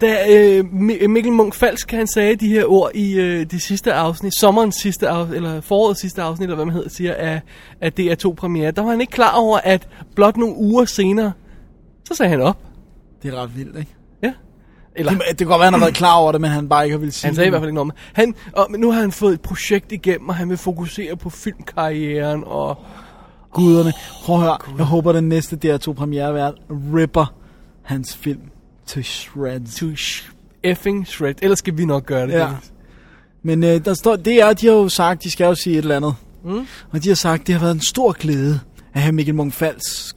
S4: Da øh, Mi- Mikkel Munk Falsk han sagde de her ord i øh, det sidste afsnit, sommerens sidste afsnit, eller forårets sidste afsnit, eller hvad man hedder, siger, af, af DR2 premiere, der var han ikke klar over, at blot nogle uger senere, så sagde han op.
S2: Det er ret vildt, ikke?
S4: Ja. Eller,
S2: Det, det kan godt være, han har været klar over det, men han bare ikke har ville sige
S4: han sagde i
S2: det.
S4: hvert fald ikke noget om det. han, og, men nu har han fået et projekt igennem, og han vil fokusere på filmkarrieren, og
S2: guderne. Prøv at høre, jeg håber, den næste DR2 premierevært ripper hans film til shreds.
S4: to sh- effing shred. Ellers skal vi nok gøre det.
S2: Ja.
S4: Dennis.
S2: Men øh, der står, det er, de har jo sagt, de skal jo sige et eller andet. Mm. Og de har sagt, det har været en stor glæde at have Mikkel Munk Falsk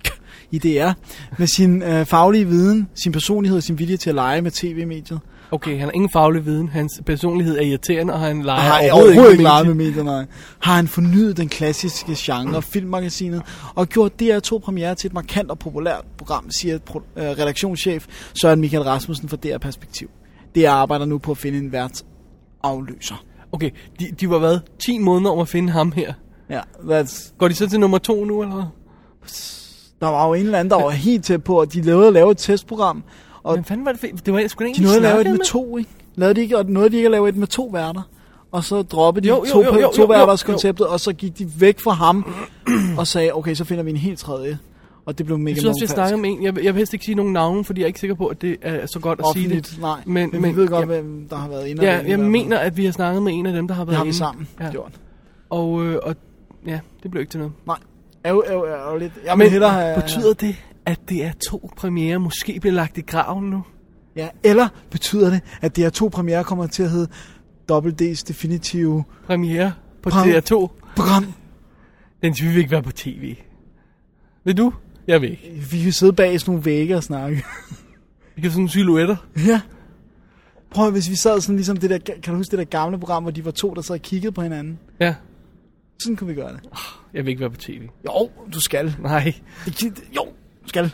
S2: i DR. Med sin øh, faglige viden, sin personlighed og sin vilje til at lege med tv-mediet.
S4: Okay, han har ingen faglig viden. Hans personlighed er irriterende, og han leger
S2: Har han overhovedet, overhovedet ikke leget med Mm. medier, nej. Har han fornyet den klassiske genre, filmmagasinet, og gjort DR2 Premiere til et markant og populært program, siger pro- øh, redaktionschef Søren Michael Rasmussen fra DR Perspektiv. DR arbejder nu på at finde en værts afløser.
S4: Okay, de, de var hvad? 10 måneder om at finde ham her.
S2: Ja, that's,
S4: Går de så til nummer to nu, eller hvad?
S2: der var jo en eller anden, der var helt tæt på, at de lavede at lave et testprogram, og
S4: Hvem fanden var det? fe- Det var jeg sgu da
S2: de
S4: ikke
S2: nåede at
S4: snakke
S2: lave et med
S4: med.
S2: to, ikke? Lavede de ikke, og nåede de ikke at lave et med to værter. Og så droppede de
S4: Jo, jo,
S2: to,
S4: jo, jo, jo,
S2: to
S4: jo,
S2: værters
S4: jo.
S2: konceptet, og så gik de væk fra ham og sagde, okay, så finder vi en helt tredje. Og det blev mega
S4: Jeg synes også, jeg snakker
S2: monofalsk.
S4: om en. Jeg, vil- jeg vil helst ikke sige nogen navne, fordi jeg er ikke sikker på, at det er så godt at sige
S2: offentligt,
S4: det.
S2: nej.
S4: Men, men,
S2: vi ved godt,
S4: jeg,
S2: hvem der har været inde. og
S4: ja,
S2: inde
S4: jeg
S2: og-
S4: mener, at vi har snakket med en af dem, der har været
S2: Det har vi
S4: inde.
S2: sammen
S4: Ja.
S2: ja. gjort.
S4: Og, øh, og ja, det blev ikke til noget.
S2: Nej, ærger, ærger, ærger lidt. Jeg men, hellere have...
S4: betyder det, at det er to premiere måske bliver lagt i graven nu?
S2: Ja, eller betyder det, at DR2 premiere kommer til at hedde WD's definitive
S4: Premiere på
S2: Prem-
S4: DR2.
S2: program?
S4: Den vi vil ikke være på tv. Vil du? Jeg vil ikke.
S2: Vi kan sidde bag i sådan nogle vægge og snakke.
S4: Vi kan sådan nogle silhuetter.
S2: Ja. Prøv at, hvis vi sad sådan ligesom det der, kan du huske det der gamle program, hvor de var to, der sad og kiggede på hinanden?
S4: Ja,
S2: Sådan kunne vi gøre det.
S4: jeg vil ikke være på tv.
S2: Jo, du skal.
S4: Nej.
S2: Jo, du skal.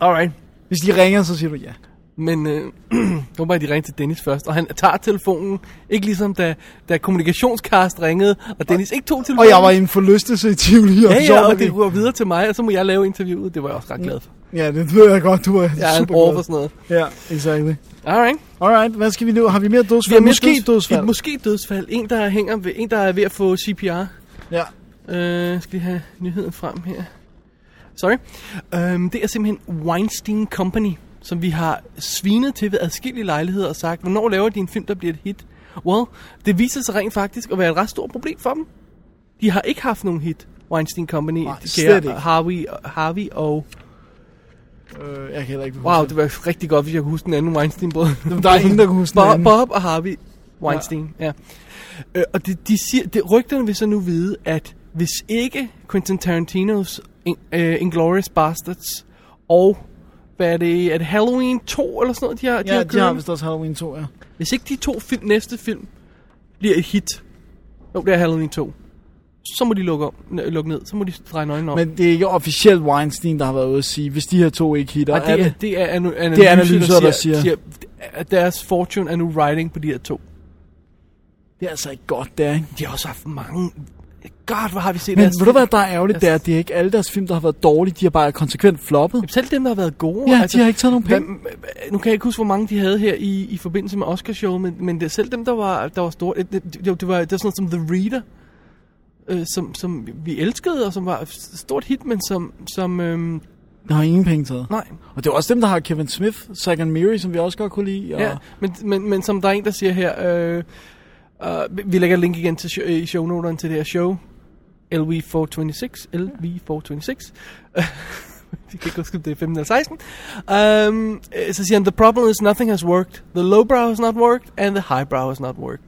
S4: Alright.
S2: Hvis de ringer, så siger du ja.
S4: Men øh, jeg håber, at de ringer til Dennis først. Og han tager telefonen. Ikke ligesom da, da kommunikationskast ringede, og Dennis ikke tog telefonen.
S2: Og jeg var i en forlystelse i Tivoli. Og
S4: Ja,
S2: så
S4: ja,
S2: var
S4: og det går videre til mig, og så må jeg lave interviewet. Det var jeg også ret glad for.
S2: Ja, det ved jeg godt, du er
S4: Jeg er en
S2: super
S4: bror for sådan noget.
S2: Ja, exactly.
S4: Alright.
S2: Alright, hvad skal vi nu? Har vi mere dødsfald? Måske dødsfald.
S4: Et måske dødsfald. En, der, hænger ved, en, der er ved at få CPR.
S2: Ja.
S4: Øh, skal lige have nyheden frem her. Sorry. Øhm, det er simpelthen Weinstein Company, som vi har svinet til ved adskillige lejligheder og sagt, hvornår laver de en film, der bliver et hit? Well, det viser sig rent faktisk at være et ret stort problem for dem. De har ikke haft nogen hit, Weinstein Company.
S2: Nej,
S4: de
S2: slet ikke.
S4: Harvey, Harvey og...
S2: Øh, jeg kan heller ikke
S4: Wow, det var rigtig godt, hvis jeg kunne huske den anden weinstein brød
S2: Jamen, der er ingen, der kan huske den
S4: Bob,
S2: anden.
S4: Bob og Harvey Weinstein, ja. ja. Øh, og de, de siger, det, rygterne vil så nu vide, at hvis ikke Quentin Tarantinos In, øh, Inglourious Bastards og hvad er det, er det Halloween 2 eller sådan noget, de har, de
S2: Ja,
S4: har,
S2: de har
S4: kørende?
S2: vist også Halloween 2, ja.
S4: Hvis ikke de to film, næste film bliver et hit, jo, det er Halloween 2, så må de lukke, om, n- lukke ned, så må de dreje nøglen om.
S2: Men det er ikke officielt Weinstein, der har været ude at sige, hvis de her to ikke hitter,
S4: og
S2: er
S4: det, er,
S2: det.
S4: det er anu- analyser,
S2: er analyser, der siger-
S4: at deres fortune er nu riding på de her to.
S2: Det er altså ikke godt, det er, ikke?
S4: De har også haft mange... God, hvor har vi set
S2: Men
S4: deres
S2: ved du hvad,
S4: film.
S2: der er altså- ærgerligt, det er, at det er ikke alle deres film, der har været dårlige, de har bare konsekvent floppet.
S4: Selv dem, der har været gode. altså,
S2: Ja, de har ikke taget nogen penge.
S4: Hvad, nu kan jeg ikke huske, hvor mange de havde her i, i forbindelse med Oscarshowet, men, men det, selv dem, der var, der var store... Det, det, det, var, det var sådan noget som The Reader, øh, som, som vi elskede, og som var et stort hit, men som... som øh,
S2: Der har ingen penge taget.
S4: nej,
S2: Og det er også dem, der har Kevin Smith, Zack and Miri, som vi også godt kunne lide. Og
S4: Ja, men, men, men som der er en, der siger her, øh, øh, vi- vi lægger et link igen til show, i shownoterne til det her show, LV426, LV426, Øh, jeg kan ikke huske, om det er 15 eller 16, um, så siger han, the problem is nothing has worked, the lowbrow has not worked, and the highbrow has not worked.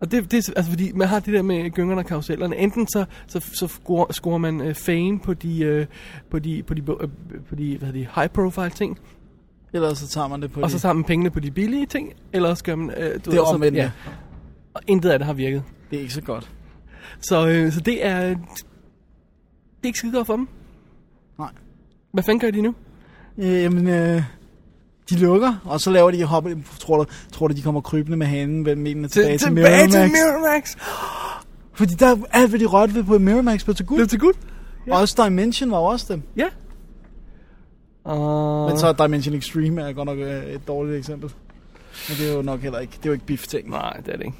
S4: Og det, det er altså fordi, man har det der med gyngerne og karusellerne. Enten så, så, så scorer, scorer man øh, fame på de, øh, på de, på de, på de, på de, hvad hedder de high profile ting,
S2: Ellers så tager man det på
S4: og
S2: de-
S4: så tager man pengene på de billige ting, eller også gør man... Øh, du
S2: det
S4: ved,
S2: er
S4: så-
S2: omvendt. Ja.
S4: Og intet af det har virket.
S2: Det er ikke så godt.
S4: Så, øh, så det er... Det er ikke skide godt for dem.
S2: Nej.
S4: Hvad fanden gør de nu?
S2: Øh, jamen, øh, de lukker, og så laver de hop. Tror du, tror du de kommer krybende med hanen ved benene tilbage, til,
S4: tilbage til
S2: Miramax?
S4: Miramax.
S2: Fordi der er alt, hvad de rørte ved på Miramax på Tagul.
S4: Blev til gud.
S2: Ja. Også Dimension var også dem.
S4: Ja. Og...
S2: Men så er Dimension Extreme er godt nok øh, et dårligt eksempel. Men det er jo nok heller ikke, det er jo ikke beef-ting.
S4: Nej, det er det ikke.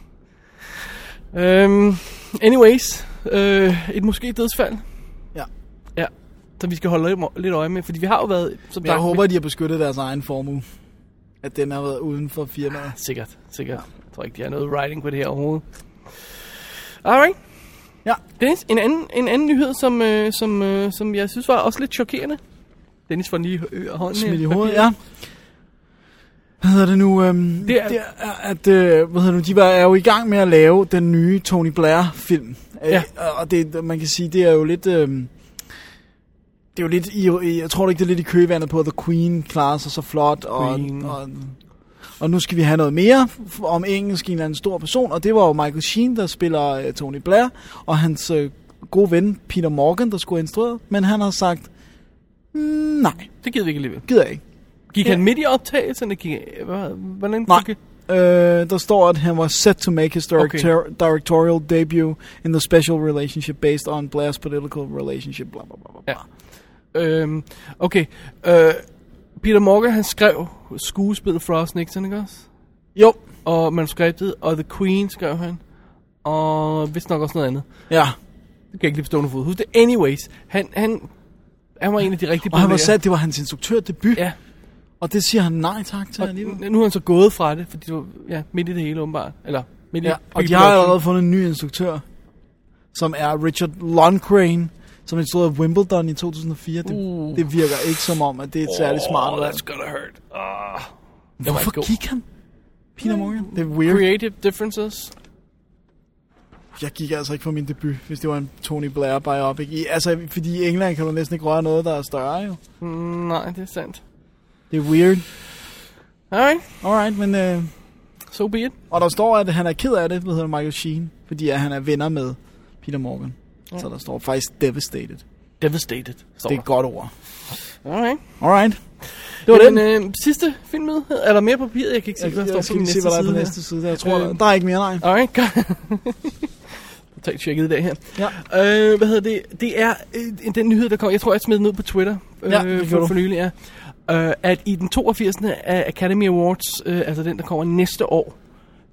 S4: Øhm, anyways, øh, et måske dødsfald.
S2: Ja.
S4: Ja, så vi skal holde øje- lidt øje med, fordi vi har jo været... Som
S2: Men jeg håber, de har beskyttet deres egen formue. At den har været uden for firmaet.
S4: Sikkert, sikkert. Jeg tror ikke, de har noget writing på det her overhovedet. Alright.
S2: Ja.
S4: Dennis, en anden, en anden nyhed, som, øh, som, øh, som jeg synes var også lidt chokerende. Dennis får lige ø- hånden
S2: Smidt i
S4: her.
S2: hovedet, ja. Hvad hedder det nu? Øhm,
S4: Det er-
S2: det er at, øh, hvad hedder det nu, de var, er jo i gang med at lave den nye Tony Blair-film.
S4: Ja.
S2: Øh, og det, man kan sige, det er jo lidt... Øh, det er jo lidt, i, i- jeg tror ikke, det er lidt i køvandet på, at The Queen klarer sig så flot, og,
S4: Queen.
S2: og, og nu skal vi have noget mere f- om engelsk i en eller anden stor person, og det var jo Michael Sheen, der spiller øh, Tony Blair, og hans øh, gode ven, Peter Morgan, der skulle have instrueret, men han har sagt, "Mm, nej,
S4: Det gider vi ikke alligevel.
S2: gider jeg ikke.
S4: Gik
S2: Ja.
S4: ja. han midt i optagelserne? Gik, hva- hvordan
S2: Nej.
S4: gik det?
S2: Øh, der står, at han var set to make his director-
S4: Okay.
S2: directorial debut in the special relationship based on Blair's political relationship. Blah, blah, blah, blah.
S4: Ja. Øhm, okay. Øh, Peter Morgan, han skrev skuespillet Frost Nixon, ikke også?
S2: Jo,
S4: Og manuskriptet, og The Queen skrev han. Og vist nok også noget andet. Det
S2: ja.
S4: kan jeg ikke lige forstå noget fod. Husk det. Anyways, han, han, han var en af de rigtige
S2: Og han var
S4: populære.
S2: sat, det var hans instruktørdebut,
S4: Ja,
S2: og det siger han nej tak til alligevel.
S4: og nu er han så gået fra det, fordi det var ja, midt i det hele åbenbart. Eller midt
S2: Ja,
S4: i
S2: og de har allerede fundet en ny instruktør, som er Richard Lundgren, som instruerede Wimbledon i 2004. Det,
S4: Uh.
S2: det virker ikke som om, at det er et særligt smart
S4: Oh,
S2: valg.
S4: that's gonna hurt. Oh,
S2: Hvorfor
S4: god.
S2: gik han? Peter Morgan? Det er weird.
S4: creative differences.
S2: Jeg gik altså ikke for min debut, hvis det var en Tony Blair biopic. I, altså, fordi i England kan du næsten ikke røre noget, der er større jo.
S4: Mm, nej, det er sandt.
S2: Det er weird.
S4: Alright,
S2: Alright, men... Øh,
S4: so be it.
S2: og der står, at han er ked af det, hvad hedder Michael Sheen, fordi at han er venner med Peter Morgan. Ja. Så der står faktisk devastated.
S4: Devastated. Står
S2: Det
S4: det
S2: er et godt ord.
S4: Alright.
S2: Alright. Det var
S4: Det var den
S2: den.
S4: øh, sidste filmnyhed. Er der mere papir? Jeg kan ikke se,
S2: Jeg,
S4: hvad
S2: jeg,
S4: der
S2: jeg
S4: står
S2: skal
S4: på den
S2: lige se,
S4: næste
S2: hvad der er
S4: side.
S2: på
S4: her.
S2: næste side. Øhm. Jeg tror,
S4: Øh.
S2: der er ikke mere, nej.
S4: Alright, godt. Totalt tjekket i dag her.
S2: Ja.
S4: Øh, hvad hedder det? Det er øh, den nyhed, der kom. Jeg tror, jeg smed den ud på Twitter øh,
S2: Ja, det gjorde
S4: for,
S2: du.
S4: for nylig. Ja. Øh, at i den 82. af Academy Awards, øh, altså den, der kommer næste år,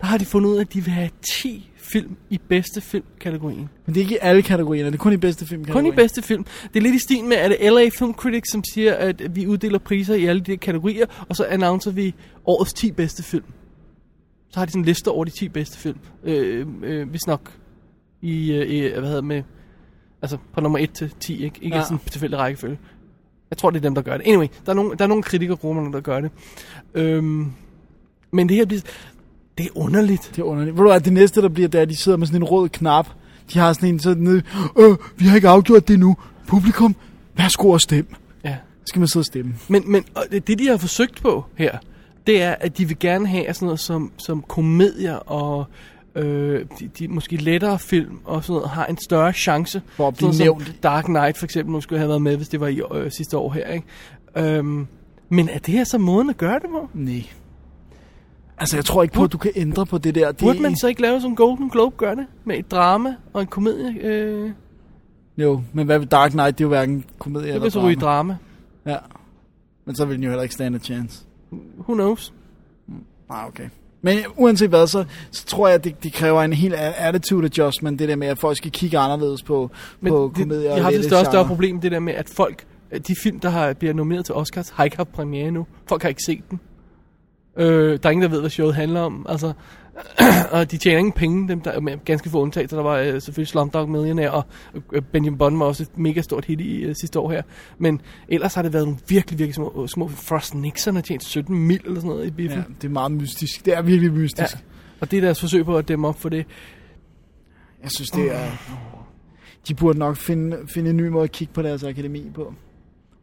S4: der har de fundet ud af, at de vil have 10 film i bedste filmkategorien.
S2: Men det er ikke i alle kategorierne, det er kun i bedste filmkategorien.
S4: Kun i bedste film. Det er lidt i stil med, at det er LA Film Critics, som siger, at vi uddeler priser i alle de her kategorier, og så annoncerer vi årets 10 bedste film. Så har de sådan en liste over de 10 bedste film. Øh, øh, hvis nok i, øh, i, hvad hedder det med, altså fra nummer 1 til 10, ikke? Ikke
S2: Ja.
S4: ja. sådan en tilfældig rækkefølge. Jeg tror, det er dem, der gør det. Anyway, der er nogle, der er nogle kritikergrupperne, der gør det. Øhm, men det her bliver... Det er underligt.
S2: Det er underligt. Ved du hvad, det næste, der bliver, det er, at de sidder med sådan en rød knap. De har sådan en sådan nede, øh, vi har ikke afgjort det nu. Publikum, værsgo og stem.
S4: Ja.
S2: Så skal man sidde og stemme.
S4: Men, men og det, det, de har forsøgt på her, det er, at de vil gerne have sådan noget som, som komedier og øh, de, de måske lettere film og sådan noget, har en større chance.
S2: For at blive
S4: Sådan noget
S2: nævnt.
S4: Dark Knight for eksempel, nu skulle have været med, hvis det var i øh, sidste år her, ikke? Øhm, men er det her så måden at gøre det på?
S2: Nej. Altså, jeg tror ikke på, at du kan ændre på det der. Det,
S4: Burde man så ikke lave som Golden Globe gør det? Med et drama og en komedie? Øh, det
S2: Jo, men hvad ved Dark Knight? Det er jo hverken komedie eller
S4: vil så ryge i drama.
S2: Ja. Men så vil den jo heller ikke stand a chance.
S4: Who knows?
S2: Nej, ah, okay. Men uanset hvad, så, så tror jeg, at det, det kræver en helt attitude adjustment, det der med, at folk skal kigge anderledes på,
S4: Men
S2: på
S4: det,
S2: komedier
S4: jeg har
S2: og
S4: vist også
S2: lette
S4: større
S2: genrer.
S4: problem det der med, at folk, de film, der har, bliver nomineret til Oscars, har ikke haft premiere endnu. Folk har ikke set den. Øh, der er ingen, der ved, hvad showet handler om. Altså, og de tjener ingen penge, dem der, med ganske få undtagelser. Der var øh, selvfølgelig Slumdog Millionaire, og øh, Benjamin Button var også et mega stort hit i øh, sidste år her. Men ellers har det været nogle virkelig, virkelig små, øh, små Frost Nixon har tjent 17 mil eller sådan noget i biffen.
S2: Ja, det er meget mystisk. Det er virkelig mystisk. Ja.
S4: Og det er deres forsøg på at dæmme op for det.
S2: Jeg synes, det er... De burde nok finde, finde en ny måde at kigge på deres akademi på.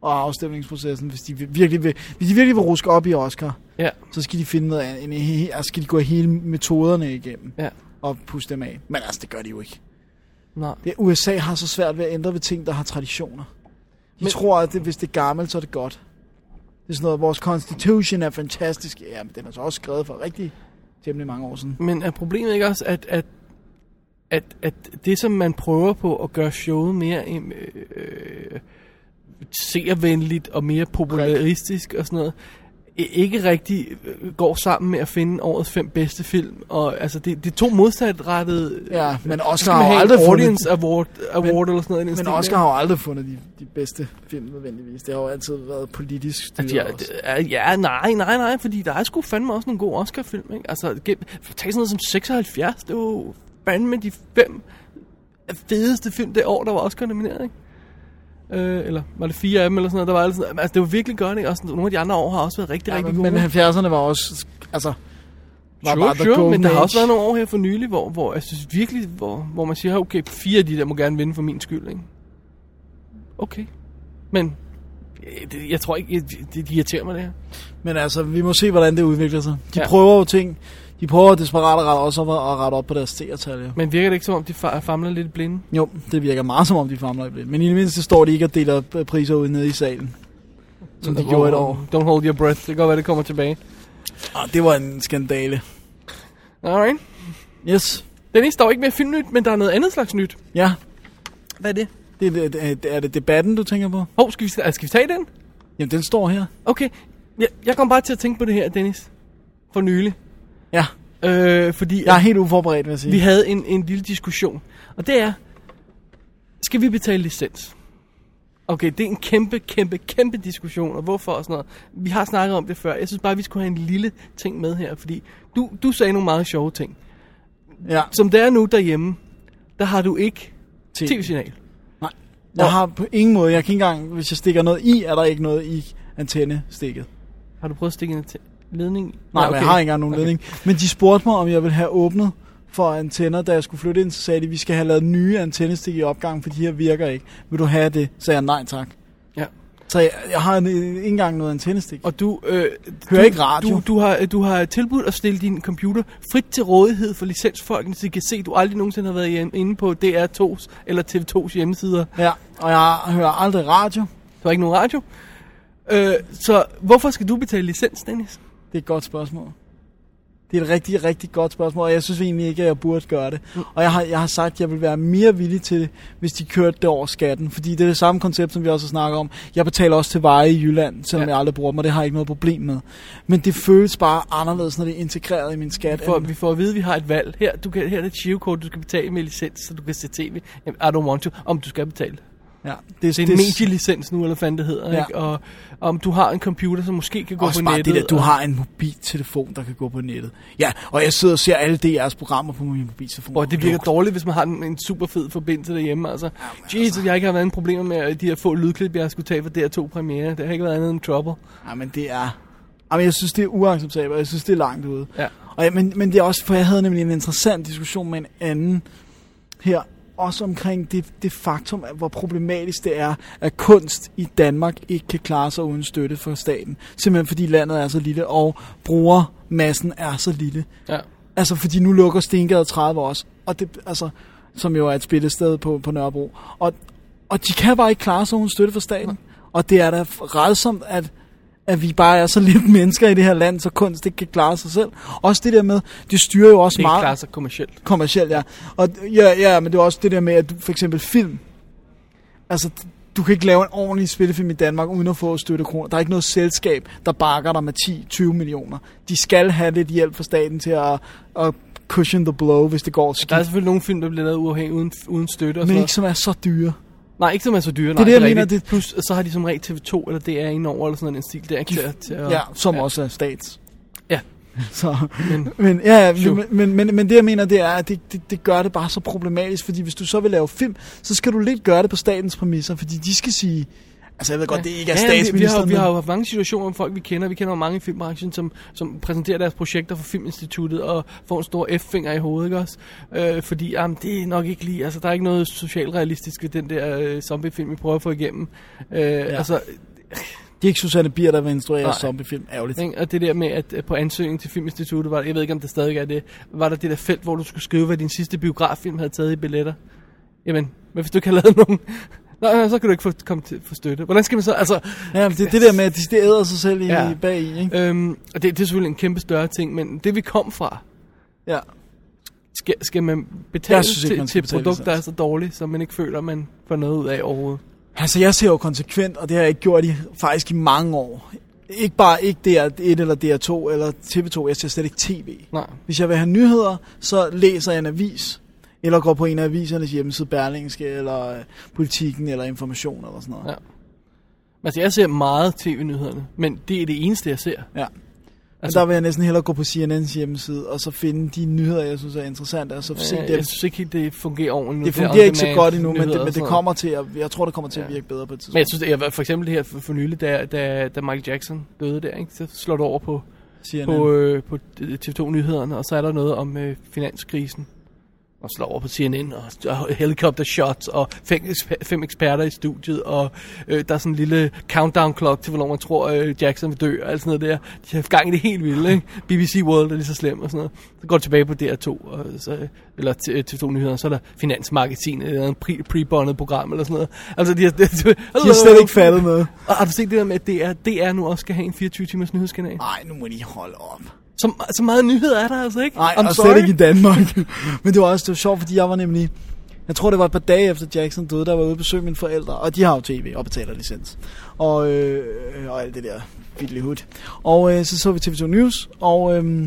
S2: Og afstemningsprocessen, hvis de vil- virkelig vil, hvis de virkelig vil ruske op i Oscar,
S4: Ja,
S2: så skal de finde noget andet. En, he- altså skal de gå hele metoderne igennem
S4: ja.
S2: og puste dem af. Men altså, det gør de jo ikke.
S4: Nej.
S2: Det, USA har så svært ved at ændre ved ting, der har traditioner. De
S4: Men-
S2: men... tror, at det, hvis det er gammelt, så er det godt. Det er sådan noget, vores constitution er fantastisk. Ja, men den er så også skrevet for rigtig temmelig mange år siden.
S4: Men er problemet ikke også, at, at, at, at det, som man prøver på at gøre showet mere øh, øh, seervenligt og mere popularistisk og sådan noget, i- ikke rigtig øh, går sammen med at finde årets fem bedste film. Og altså, det, det er to modsatrettede...
S2: Ja, men
S4: Så
S2: Oscar
S4: skal man
S2: har
S4: have
S2: aldrig
S4: en
S2: fundet
S4: Audience Award, award eller sådan noget. i den
S2: Men
S4: stil
S2: Oscar
S4: der.
S2: har jo aldrig fundet de, de bedste film nødvendigvis. Det har jo altid været politisk styret.
S4: Ja,
S2: også.
S4: d- ja, nej, nej, nej, fordi der er sgu fandme også nogle gode Oscar-film, ikke? Altså, gen- tag sådan noget som 76, det var jo fandme de fem fedeste film det år, der var Oscar-nomineret, ikke? Øh, eller var det fire af dem, eller sådan noget, der var alle sådan, altså, det var virkelig godt, ikke? Også nogle af de andre år har også været rigtig, ja, rigtig
S2: men,
S4: gode.
S2: men 70'erne var også... Altså, var
S4: sure,
S2: bare the
S4: sure, men
S2: golden
S4: der har
S2: age.
S4: også været nogle år her for nylig, hvor, hvor jeg synes virkelig, hvor, hvor man siger, okay, fire af de der må gerne vinde for min skyld, ikke? Okay. Men, øh, det, jeg tror ikke, det, det irriterer mig det her.
S2: Men altså, vi må se, hvordan det udvikler sig. De
S4: Ja.
S2: ja. prøver jo ting. De prøver desperat at rette, også op, at rette op på deres seertal, jo.
S4: Men virker det ikke som om, de fa- famler lidt i blinde?
S2: jo. det virker meget som om, de famler i det. Men i det mindste står de ikke og deler øh, priser ud nede i salen. Som de gjorde et år.
S4: Don't hold your breath. Det kan godt være, det kommer tilbage.
S2: Og det var en skandale.
S4: Alright.
S2: Yes.
S4: Dennis, der er jo ikke mere filmnyt, men der er noget andet slags nyt.
S2: Ja.
S4: Hvad er det?
S2: Det, det, det, er det debatten, du tænker på?
S4: Hov, skal vi, altså, skal vi tage den?
S2: Jamen, den står her.
S4: Okay. Jeg, jeg kom bare til at tænke på det her, Dennis. For nylig.
S2: Ja.
S4: Øh, fordi
S2: Jeg er
S4: at
S2: helt uforberedt, vil jeg sige.
S4: vi havde en, en lille diskussion. Og det er, skal vi betale licens? Okay, det er en kæmpe, kæmpe, kæmpe diskussion, og hvorfor og sådan noget. Vi har snakket om det før. Jeg synes bare, vi skulle have en lille ting med her, fordi du, du sagde nogle meget sjove ting.
S2: Ja.
S4: Som det er nu derhjemme, der har du ikke tv-signal.
S2: Nej. Jeg har på ingen måde, jeg kan ikke engang, hvis jeg stikker noget i, er der ikke noget i antennestikket.
S4: Har du prøvet at stikke en te- ledning? i?
S2: Nej, okay. jeg har ikke engang nogen okay. ledning. Men de spurgte mig, om jeg ville have åbnet for antenner, da jeg skulle flytte ind, så sagde de, vi skal have lavet nye antennestik i opgangen, for de her virker ikke. Vil du have det? Så sagde jeg, nej tak.
S4: Ja.
S2: Så jeg, jeg har en- ikke engang noget antennestik.
S4: Og du, øh,
S2: Hører
S4: du,
S2: ikke radio.
S4: Du, du, har, du har tilbudt at stille din computer frit til rådighed for licensfolkene, så de kan se, at du aldrig nogensinde har været hjem- inde på DR2's eller TV2's hjemmesider.
S2: Ja, og jeg hører aldrig radio.
S4: Du har ikke nogen radio. Øh, så hvorfor skal du betale licens, Dennis?
S2: Det er et godt spørgsmål. Det er et rigtig, rigtig godt spørgsmål, og jeg synes egentlig ikke, at jeg burde gøre det.
S4: Mm.
S2: Og jeg har, jeg har sagt, at jeg vil være mere villig til det, hvis de kørte det over skatten. Fordi det er det samme koncept, som vi også snakker om. Jeg betaler også til veje i Jylland, selvom
S4: Ja.
S2: ja. jeg aldrig bruger dem, og det har jeg ikke noget problem med. Men det føles bare anderledes, når det er integreret i min skat.
S4: For,
S2: end-
S4: vi får at vide, at vi har et valg. Her, du kan, her er det et chivekort, du skal betale med licens, så du kan se tv. Jamen, I don't want to. Om du skal betale.
S2: ja,
S4: Det er en medielicens nu, eller hvad fanden det hedder, ja.
S2: Ja.
S4: ikke? Og om du har en computer, som måske kan gå
S2: Også
S4: på
S2: bare
S4: nettet.
S2: det der, du
S4: og-
S2: har en mobiltelefon, der kan gå på nettet. Ja, og jeg sidder og ser alle DR's programmer på min mobiltelefon.
S4: Og det virker dårligt, hvis man har en, en super fed forbindelse derhjemme. Altså, Jesus, jeg har ikke har været en problem med øh, de her få lydklip, jeg har skulle tage for DR2 premiere. Det har ikke været andet end trouble.
S2: Ja, men det er... Jamen, jeg synes, det er uacceptabelt, og jeg synes, det er langt ude.
S4: Ja.
S2: Og, ja, men, men det er også, for jeg havde nemlig en interessant diskussion med en anden her, også omkring det, det faktum, at hvor problematisk det er, at kunst i Danmark ikke kan klare sig uden støtte fra staten. Simpelthen fordi landet er så lille, og brugermassen er så lille.
S4: Ja.
S2: Altså, fordi nu lukker Stengade 30 også, og det, altså, som jo er et spillested på, på Nørrebro. Og, og de kan bare ikke klare sig uden støtte fra staten. Og det er da redsomt, at, at vi bare er så lidt mennesker i det her land, så kunst ikke kan klare sig selv. Også det der med, det styrer jo også
S4: Det
S2: meget
S4: kan klare sig kommercielt.
S2: kommercielt, ja. Og ja, ja, men det er også det der med, at du, for eksempel film, altså du kan ikke lave en ordentlig spillefilm i Danmark, uden at få støtte kroner. Der er ikke noget selskab, der bakker dig med 10-20 millioner. De skal have lidt hjælp fra staten til at, at cushion the blow, hvis det går skidt.
S4: Der er selvfølgelig nogle film, der bliver lavet uafhængigt uden, uden støtte og
S2: Men
S4: sådan
S2: ikke som er så dyre.
S4: noget. Nej, ikke som er så dyre.
S2: det,
S4: nej,
S2: jeg
S4: er
S2: mener,
S4: rigtigt.
S2: det-
S4: Plus, så har de som regel TV2 eller DR indover eller sådan noget, en stil der. Ikke, til, at- til at,
S2: Ja, som ja. også er stats.
S4: Ja.
S2: Så,
S4: Men-
S2: men, men, ja, ja,
S4: Sure.
S2: men, men, men, men det jeg mener, det er, at det, det, det gør det bare så problematisk, fordi hvis du så vil lave film, så skal du lidt gøre det på statens præmisser, fordi de skal sige, altså jeg ved godt, det ikke
S4: Ja,
S2: er
S4: vi, vi, har,
S2: statsministeren,
S4: vi har jo
S2: men-
S4: haft mange situationer med folk, vi kender. Vi kender jo mange i filmbranchen, som, som præsenterer deres projekter for Filminstituttet og får en stor F-finger i hovedet, ikke også? Øh, fordi jamen, det er nok ikke lige... Altså, der er ikke noget socialrealistisk ved den der øh, zombiefilm, vi prøver at få igennem. Øh, ja. Altså,
S2: det er ikke Susanne Bier, der vil instruere
S4: Nej.
S2: zombiefilm, ærgerligt.
S4: Ikke? Og det der med, at øh, på ansøgning til Filminstituttet, var, jeg ved ikke om det stadig er det, var der det der felt, hvor du skulle skrive, hvad din sidste biograffilm havde taget i billetter. Jamen, men hvis du ikke har lavet nogen... Nå, nej, så kan du ikke få, komme til, få støtte. Hvordan skal man så... Altså,
S2: Ja, men det er det der med, at de det æder sig selv i,
S4: Ja.
S2: ja. bag i, ikke?
S4: øhm, og det, det er selvfølgelig en kæmpe større ting, men det vi kom fra,
S2: Ja.
S4: skal, skal man betale
S2: Jeg synes ikke,
S4: til,
S2: man
S4: til
S2: skal
S4: et
S2: betale
S4: produkt, der er
S2: licens.
S4: så dårligt, som man ikke føler, man får noget ud af overhovedet?
S2: Altså, jeg ser jo konsekvent, og det har jeg ikke gjort i, faktisk i mange år. Ikke bare ikke DR1 eller DR2 eller TV2, jeg ser slet ikke tv.
S4: Nej.
S2: Hvis jeg vil have nyheder, så læser jeg en avis, eller går på en af avisernes hjemmeside, Berlingske, eller øh, Politiken, eller Information, eller sådan noget.
S4: Ja. Altså, jeg ser meget tv-nyhederne, men det er det eneste, jeg ser.
S2: Ja. ja.
S4: Altså-
S2: Altså, der vil jeg næsten hellere gå på CNN's hjemmeside, og så finde de nyheder, jeg synes er interessante, og så se
S4: Øh,
S2: dem.
S4: Jeg synes ikke helt, det fungerer ordentligt. nu.
S2: Det
S4: er
S2: fungerer ikke så
S4: on-demand
S2: godt endnu, men
S4: nyheder
S2: det,
S4: og sådan
S2: men det
S4: noget.
S2: kommer til at, jeg tror, det kommer til at
S4: Ja.
S2: virke bedre på et tidspunkt.
S4: Men jeg synes, jeg, for eksempel det her for, for nylig, da, da, da Michael Jackson døde der, ikke? så slår det over på,
S2: CNN.
S4: på, øh, på TV2-nyhederne, og så er der noget om øh, finanskrisen. Og slår over på CNN, og, og helicopter shots, og fem, eksper- fem eksperter i studiet, og øh, der er sådan en lille countdown clock til, hvornår man tror, øh, Jackson vil dø, og alt sådan noget der. De har haft gang i det helt vildt, ikke? BBC World er lige så slem, og sådan noget. Så går det tilbage på DR2, og så, øh, eller t- øh, TV2-nyhederne, så er der Finansmagasin, eller en pre- pre-bondet program, eller sådan noget. Altså, de har, de,
S2: De har slet ikke fattet noget.
S4: og har du set det der med, at DR, DR nu også skal have en 24-timers nyhedskanal?
S2: Nej, nu må de holde op.
S4: Så, så meget nyhed er der altså ikke?
S2: Nej,
S4: I'm
S2: og
S4: sorry.
S2: slet ikke i Danmark. Men det var også det var sjovt, fordi jeg var nemlig... Jeg tror, det var et par dage efter Jackson døde, der var jeg ude og besøge mine forældre. Og de har jo tv og betaler licens. Og, øh, øh, og alt det der vildt hud. Og øh, så så vi TV2 News, og øh,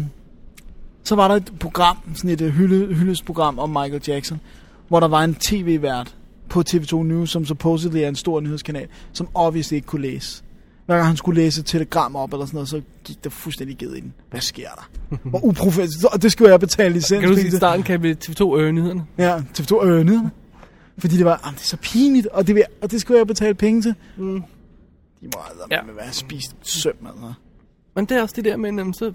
S2: så var der et program, sådan et øh, hylde, hyldesprogram om Michael Jackson, hvor der var en tv-vært på TV2 News, som supposedly er en stor nyhedskanal, som obviously ikke kunne læse. Hver gang han skulle læse et telegram op eller sådan noget, så gik der fuldstændig givet ind. Hvad sker der? Hvor uprofessionelt. Og det skulle jeg betale licens.
S4: Kan du
S2: fordi
S4: sige, i
S2: det-
S4: starten kan vi TV2 øh, nyhederne?
S2: Ja, TV2 øh, nyhederne. Fordi det var, "Jamen, det er så pinligt, og det, vil, og det skulle jeg betale penge til. Mm. De må altså
S4: Ja.
S2: ja. være spist søm, altså.
S4: Men det er også det der med, jamen, så,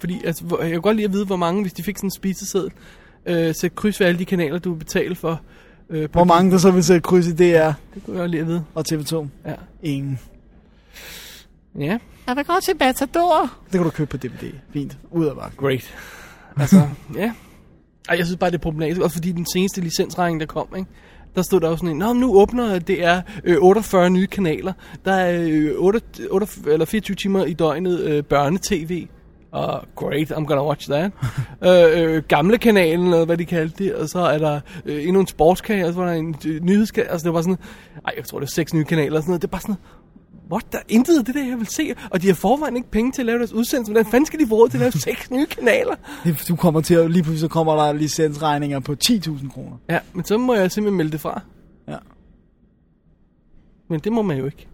S4: fordi altså, hvor- jeg kan godt lide at vide, hvor mange, hvis de fik sådan en spiseseddel, øh, sæt kryds ved alle de kanaler, du vil betale for. Øh, på
S2: Hvor mange der så vil sætte kryds i DR
S4: Det kunne jeg godt lide at vide.
S2: og TV2?
S4: Ja.
S2: Ingen.
S4: Ja.
S2: Jeg vil godt til Matador. Det kan du købe på DVD. Fint. Ud af bakken.
S4: Great. Altså, ja. Ej, jeg synes bare, det er problematisk. Også fordi den seneste licensregning, der kom, ikke? Der stod der også sådan en, Nå, men nu åbner det er øh, 48 nye kanaler. Der er øh, 8, 8, eller 24 timer i døgnet øh, børnetv. Og great, I'm gonna watch that. øh, øh, gamle kanalen, eller hvad de kaldte det. Og så er der øh, endnu en sportskanal, og så var der en øh, nyhedskanal. Altså, det var sådan, ej, jeg tror, det er seks nye kanaler og sådan noget. Det er bare sådan, What? Der er intet af det der, jeg vil se. Og de har forvejen ikke penge til at lave deres udsendelse. Hvordan fanden skal de få råd til at lave seks nye kanaler?
S2: Det- Du kommer til at, lige pludselig så kommer der licensregninger på 10.000 kroner.
S4: Ja, men så må jeg simpelthen melde det fra.
S2: Ja.
S4: Men det må man jo ikke.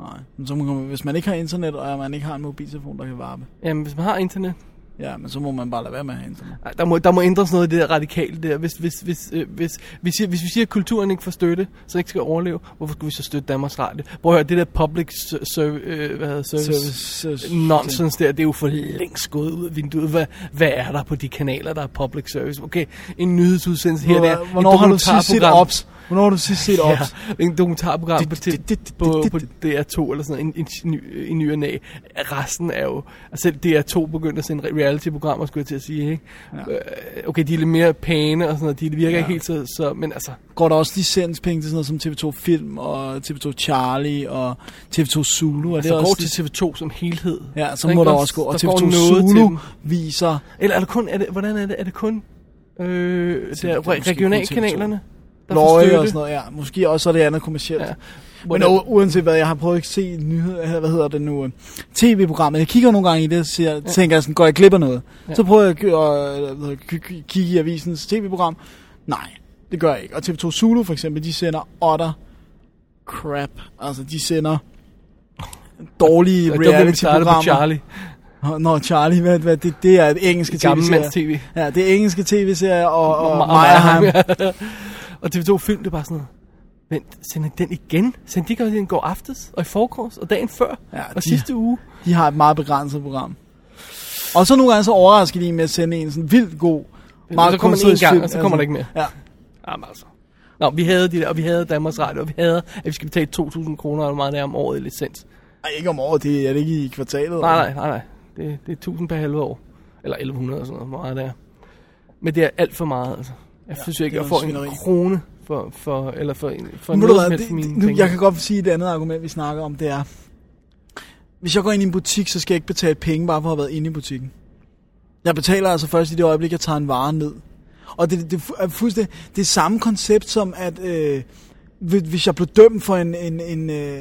S2: Nej. Men så må, man- hvis man ikke har internet, og man ikke har en mobiltelefon, der kan varme.
S4: Jamen, hvis man har internet.
S2: Ja, men så må man bare lade være med at have internet.
S4: Ej, Der må, der må ændres noget i det der radikale der. Hvis, hvis, hvis, øh, hvis, hvis, hvis, hvis vi siger, at kulturen ikke får støtte, så den ikke skal overleve, hvorfor skulle vi så støtte Danmarks Radio? Prøv at høre, det der public service, øh, hvad hedder, service, service
S2: Service.
S4: nonsens der, det er jo for længst gået ud af vinduet. Hvad, hvad er der på de kanaler, der er public service? Okay, en nyhedsudsendelse her, der.
S2: Hvor- Hvornår har du sidst set ops? Hvornår har du sidst set
S4: Ja,
S2: ops?
S4: en dokumentarprogram
S2: Det-
S4: på,
S2: det-
S4: til-
S2: det- det-
S4: på,
S2: det-
S4: på
S2: det-
S4: DR2 eller sådan noget, en, en, ny- en ny og næ. Resten er jo... Altså selv DR2 begyndte at sende reality-programmer, skulle jeg til at sige, ikke? Ja. Øh, okay, de er lidt mere pæne og sådan noget, de virker ja. ikke helt så, så... Men altså,
S2: Går der også licenspenge til sådan noget som TV2 Film, og TV2 Charlie, og TV2 Zulu? Er
S4: det
S2: det
S4: går
S2: også
S4: Altså, til TV2 som helhed.
S2: Ja, så
S4: Der er
S2: må
S4: ikke
S2: der
S4: også-
S2: også gå. Og
S4: der går
S2: TV2
S4: noget til
S2: Zulu
S4: dem.
S2: viser...
S4: Eller er det kun... Er det, hvordan er det? Er det kun... Øh,
S2: det er
S4: der,
S2: måske kun
S4: regionalkanalerne? der får
S2: Løje
S4: støtte?
S2: og sådan noget, ja. Måske også er det andet kommercielt.
S4: Ja.
S2: Ja. Men u- uanset hvad, jeg har prøvet at se nyheder, hvad hedder det nu, øh, tv-programmet. Jeg kigger nogle gange i det, og siger, ja. tænker jeg sådan, går jeg glip af noget? Ja. Så prøver jeg at øh, hvad hedder det, k- k- kigge i avisens tv-program. Nej, det gør jeg ikke. Og TV2 Zulu for eksempel, de sender otter crap. Altså, de sender dårlige
S4: Det var det, vi startede på
S2: reality-programmer.
S4: Charlie.
S2: Nå, Charlie, hvad, hvad, det, det er et engelske
S4: Gammel
S2: tv-serie.
S4: mands TV.
S2: Ja, det er engelske tv-serie og, og, og
S4: Ma-
S2: Meyerheim.
S4: og TV2 Film, det er bare sådan noget. Men sender de den igen? Sender de ikke også den i går aftes, og i forgårs, og dagen før,
S2: Ja,
S4: og
S2: de-
S4: sidste uge?
S2: De har et meget begrænset program. Og så nogle gange så overrasker de med at sende en sådan vildt god, meget
S4: så kommer den
S2: kunstnerisk
S4: en gang,
S2: film.
S4: og så kommer der ikke mere.
S2: Ja.
S4: Jamen altså. Nå, vi havde de der, og vi havde Danmarks Radio, og vi havde, at vi skal betale 2.000 kroner eller hvor meget der om året i licens.
S2: Ej, ikke om året, det er det ikke i kvartalet.
S4: Nej, nej, nej, nej. Det, det er 1.000 per halve år. Eller 1.100 eller sådan noget, hvor meget det er. Men det er alt for meget, altså. Jeg ja, synes
S2: det
S4: ikke,
S2: er
S4: jeg får
S2: noget
S4: en
S2: svineri.
S4: krone for, for, eller for, en- for
S2: Men ved
S4: noget
S2: du
S4: som
S2: hvad,
S4: helst
S2: det,
S4: af mine
S2: det, nu,
S4: penge.
S2: jeg kan godt sige et andet argument, vi snakker om, det er, hvis jeg går ind i en butik, så skal jeg ikke betale penge, bare for at have været inde i butikken. Jeg betaler altså først i det øjeblik, jeg tager en vare ned. Og det, det er fuldstændig det er samme koncept som, at øh, hvis hvis jeg blev dømt for en, en, en, øh,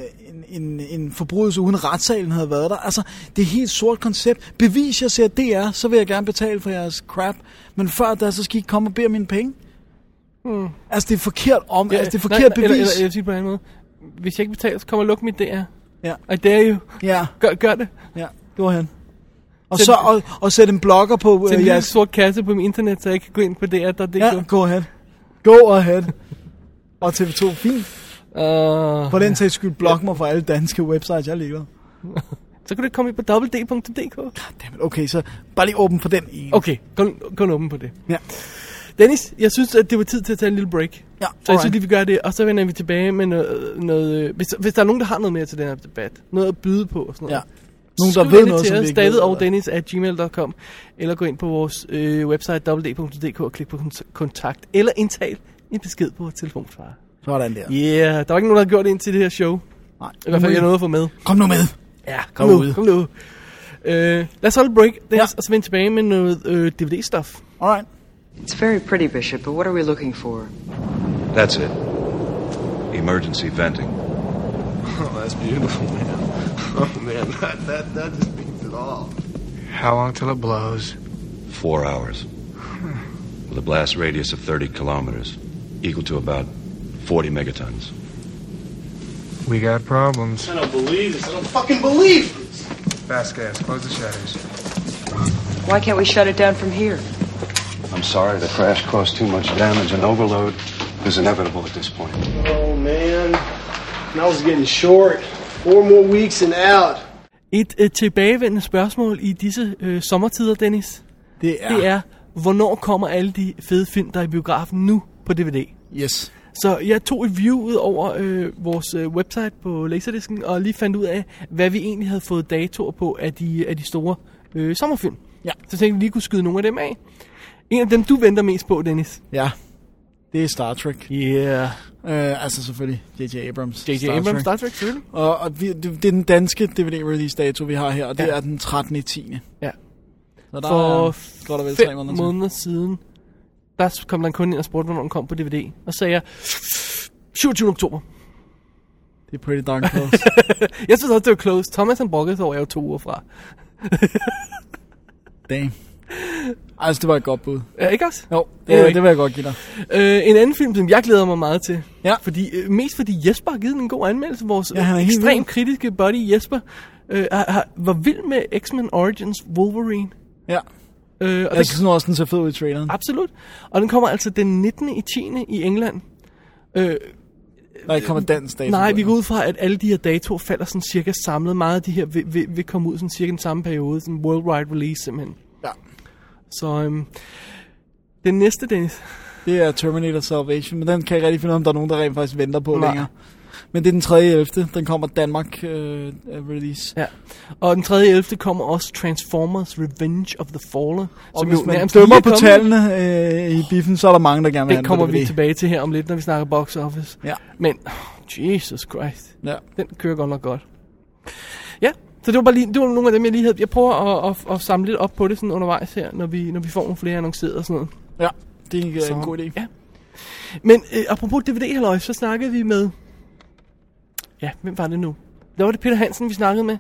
S2: en, en, en forbrydelse, uden retssalen havde været der. Altså, det er et helt sort koncept. Bevis, jeg ser det er, så vil jeg gerne betale for jeres crap. Men før da, så skal I ikke komme og bede om mine penge.
S4: Hmm.
S2: Mm. Altså, det er forkert om, ja, altså, det er forkert bevis.
S4: Eller, eller, eller jeg vil sige det på en anden måde. Hvis jeg ikke betaler, så kommer og luk mit DR.
S2: Ja.
S4: I dare you.
S2: Ja,
S4: Gør, gør det.
S2: ja, det var han. Og
S4: Sæt-
S2: så og, og sætte en blogger på
S4: Til en
S2: øh,
S4: lille
S2: jeres...
S4: sort kasse på min internet, så jeg kan gå ind på DR.dk.
S2: Ja, go ahead. Go ahead. Og TV2, fint.
S4: Uh,
S2: På den sags skyld, blok mig for alle danske websites, jeg ligger.
S4: så kan du ikke komme ind på www.dk.
S2: Jamen, okay, så bare lige åben for den ene.
S4: Okay, kun, kun åben på det.
S2: Ja.
S4: Dennis, jeg synes, at det var tid til at tage en lille break.
S2: Ja,
S4: så jeg synes
S2: alright.
S4: lige, vi gør det, og så vender vi tilbage med noget... noget hvis, hvis der er nogen, der har noget mere til den her debat, noget at byde på og sådan noget.
S2: Ja. Nogen, der
S4: skriv
S2: ved
S4: endelig
S2: noget,
S4: til
S2: som vi
S4: os,
S2: ikke
S4: David
S2: ved,
S4: og
S2: eller-
S4: Dennis at gmail.com, eller gå ind på vores øh, website www.dk og klik på kont- kontakt, eller indtal en besked på vores telefonsvarer.
S2: Sådan der.
S4: Yeah, der var ikke nogen, der havde gjort det indtil det her show. I
S2: Nej,
S4: hvert fald, jeg
S2: nu-
S4: nåede at få med.
S2: Mm-hmm. Kom nu med.
S4: Ja, kom nu,
S2: Derude.
S4: kom nu. Øh, lad os holde break, Dennis,
S2: Ja.
S4: og så vende tilbage med noget øh, DVD-stof.
S2: Alright.
S5: It's very pretty, Bishop, but what are we looking for?
S9: That's it. Emergency venting.
S6: Oh, that's beautiful, man. Oh, man, that, that, that just beats it all. How long till it blows?
S9: Four hours. With a blast radius of 30 kilometers, equal to about 40 megatons.
S6: We got problems.
S7: I don't believe this. I don't
S1: Fucking believe!
S6: Vasquez, close the shutters.
S5: Why can't we shut it down from here?
S9: I'm sorry, the crash caused too much damage, and overload is inevitable at this point.
S7: Oh man, now's getting short. Four more weeks and out.
S4: Et øh, tilbagevendende spørgsmål i disse øh, sommertider, Dennis,
S2: Det er...
S4: ja. det er, hvornår kommer alle de fede film, der er i biografen nu på DVD?
S2: Yes.
S4: Så jeg tog et view ud over øh, vores øh, website på Laserdisken, og lige fandt ud af, hvad vi egentlig havde fået datoer på af de, af de store øh, sommerfilm.
S2: Ja.
S4: Så tænkte vi lige kunne skyde nogle af dem af. En af dem, du venter mest på, Dennis.
S2: Ja. Det er Star Trek.
S4: Yeah.
S2: Øh, altså selvfølgelig J.J. Abrams.
S4: J.J. Abrams, Star Trek, selvfølgelig.
S2: Og, og vi, det, det er den danske DVD-release-dato, vi har her, og det
S4: Ja.
S2: ja. er den 13. i 10.
S4: Ja.
S2: Så der
S4: For
S2: er godt og vel tre
S4: fem
S2: måneder
S4: måneder,
S2: til.
S4: måneder siden, der kom der en kunde ind og spurgte, hvornår den kom på DVD. Og sagde jeg, 27. oktober.
S2: Det er pretty darn close.
S4: Jeg synes også, det var close. Thomas han brokkede sig over, at jeg var to uger fra.
S2: Damn. Altså, det var et godt bud.
S4: Ja, ikke også?
S2: Jo, det,
S4: Anyway.
S2: det, det vil jeg godt give dig.
S4: Øh, en anden film, som jeg glæder mig meget til.
S2: Ja.
S4: Fordi, øh, mest fordi Jesper har givet den en god anmeldelse. Vores
S2: Ja, han er
S4: øh,
S2: helt
S4: ekstremt
S2: vild.
S4: kritiske buddy Jesper øh, har, har, var vild med X-Men Origins Wolverine.
S2: Ja.
S4: Øh, og
S2: Jeg
S4: den,
S2: synes nu også, den ser fed ud i traileren.
S4: absolut. Og den kommer altså den 19. i 10. i England. Øh,
S2: Der ikke kommer dansk dag.
S4: Nej, vi går ud fra, at alle de her datoer falder sådan cirka samlet. Meget af de her vil, vil, vil komme ud sådan cirka den samme periode. Sådan worldwide release simpelthen.
S2: Ja.
S4: Så øhm, den næste, Dennis.
S2: Det er Terminator Salvation, men den kan jeg ikke rigtig finde ud af, om der er nogen, der rent faktisk venter på
S4: Nej.
S2: Nej. længere. Men det er den 3. 11. Den kommer Danmark øh, release.
S4: Ja. Og den 3. 11. kommer også Transformers Revenge of the Fallen.
S2: Og hvis
S4: jo
S2: man
S4: nærmest lige
S2: dømmer
S4: er
S2: på
S4: kommet.
S2: tallene øh, i biffen, så er der mange, der gerne vil
S4: Det
S2: have den
S4: kommer
S2: på
S4: vi
S2: DVD.
S4: tilbage til her om lidt, når vi snakker box office.
S2: Ja.
S4: Men, oh, Jesus Christ.
S2: Ja.
S4: Den kører godt nok godt. Ja, så det var bare lige, det var nogle af dem, jeg lige havde. Jeg prøver at, at, at samle lidt op på det sådan undervejs her, når vi, når vi får nogle flere annonceret og sådan noget.
S2: ja, det er en, øh, en god idé.
S4: Ja. Men øh, apropos dvd halløj så snakkede vi med Ja, hvem var det nu? Der var det Peter Hansen, vi snakkede med.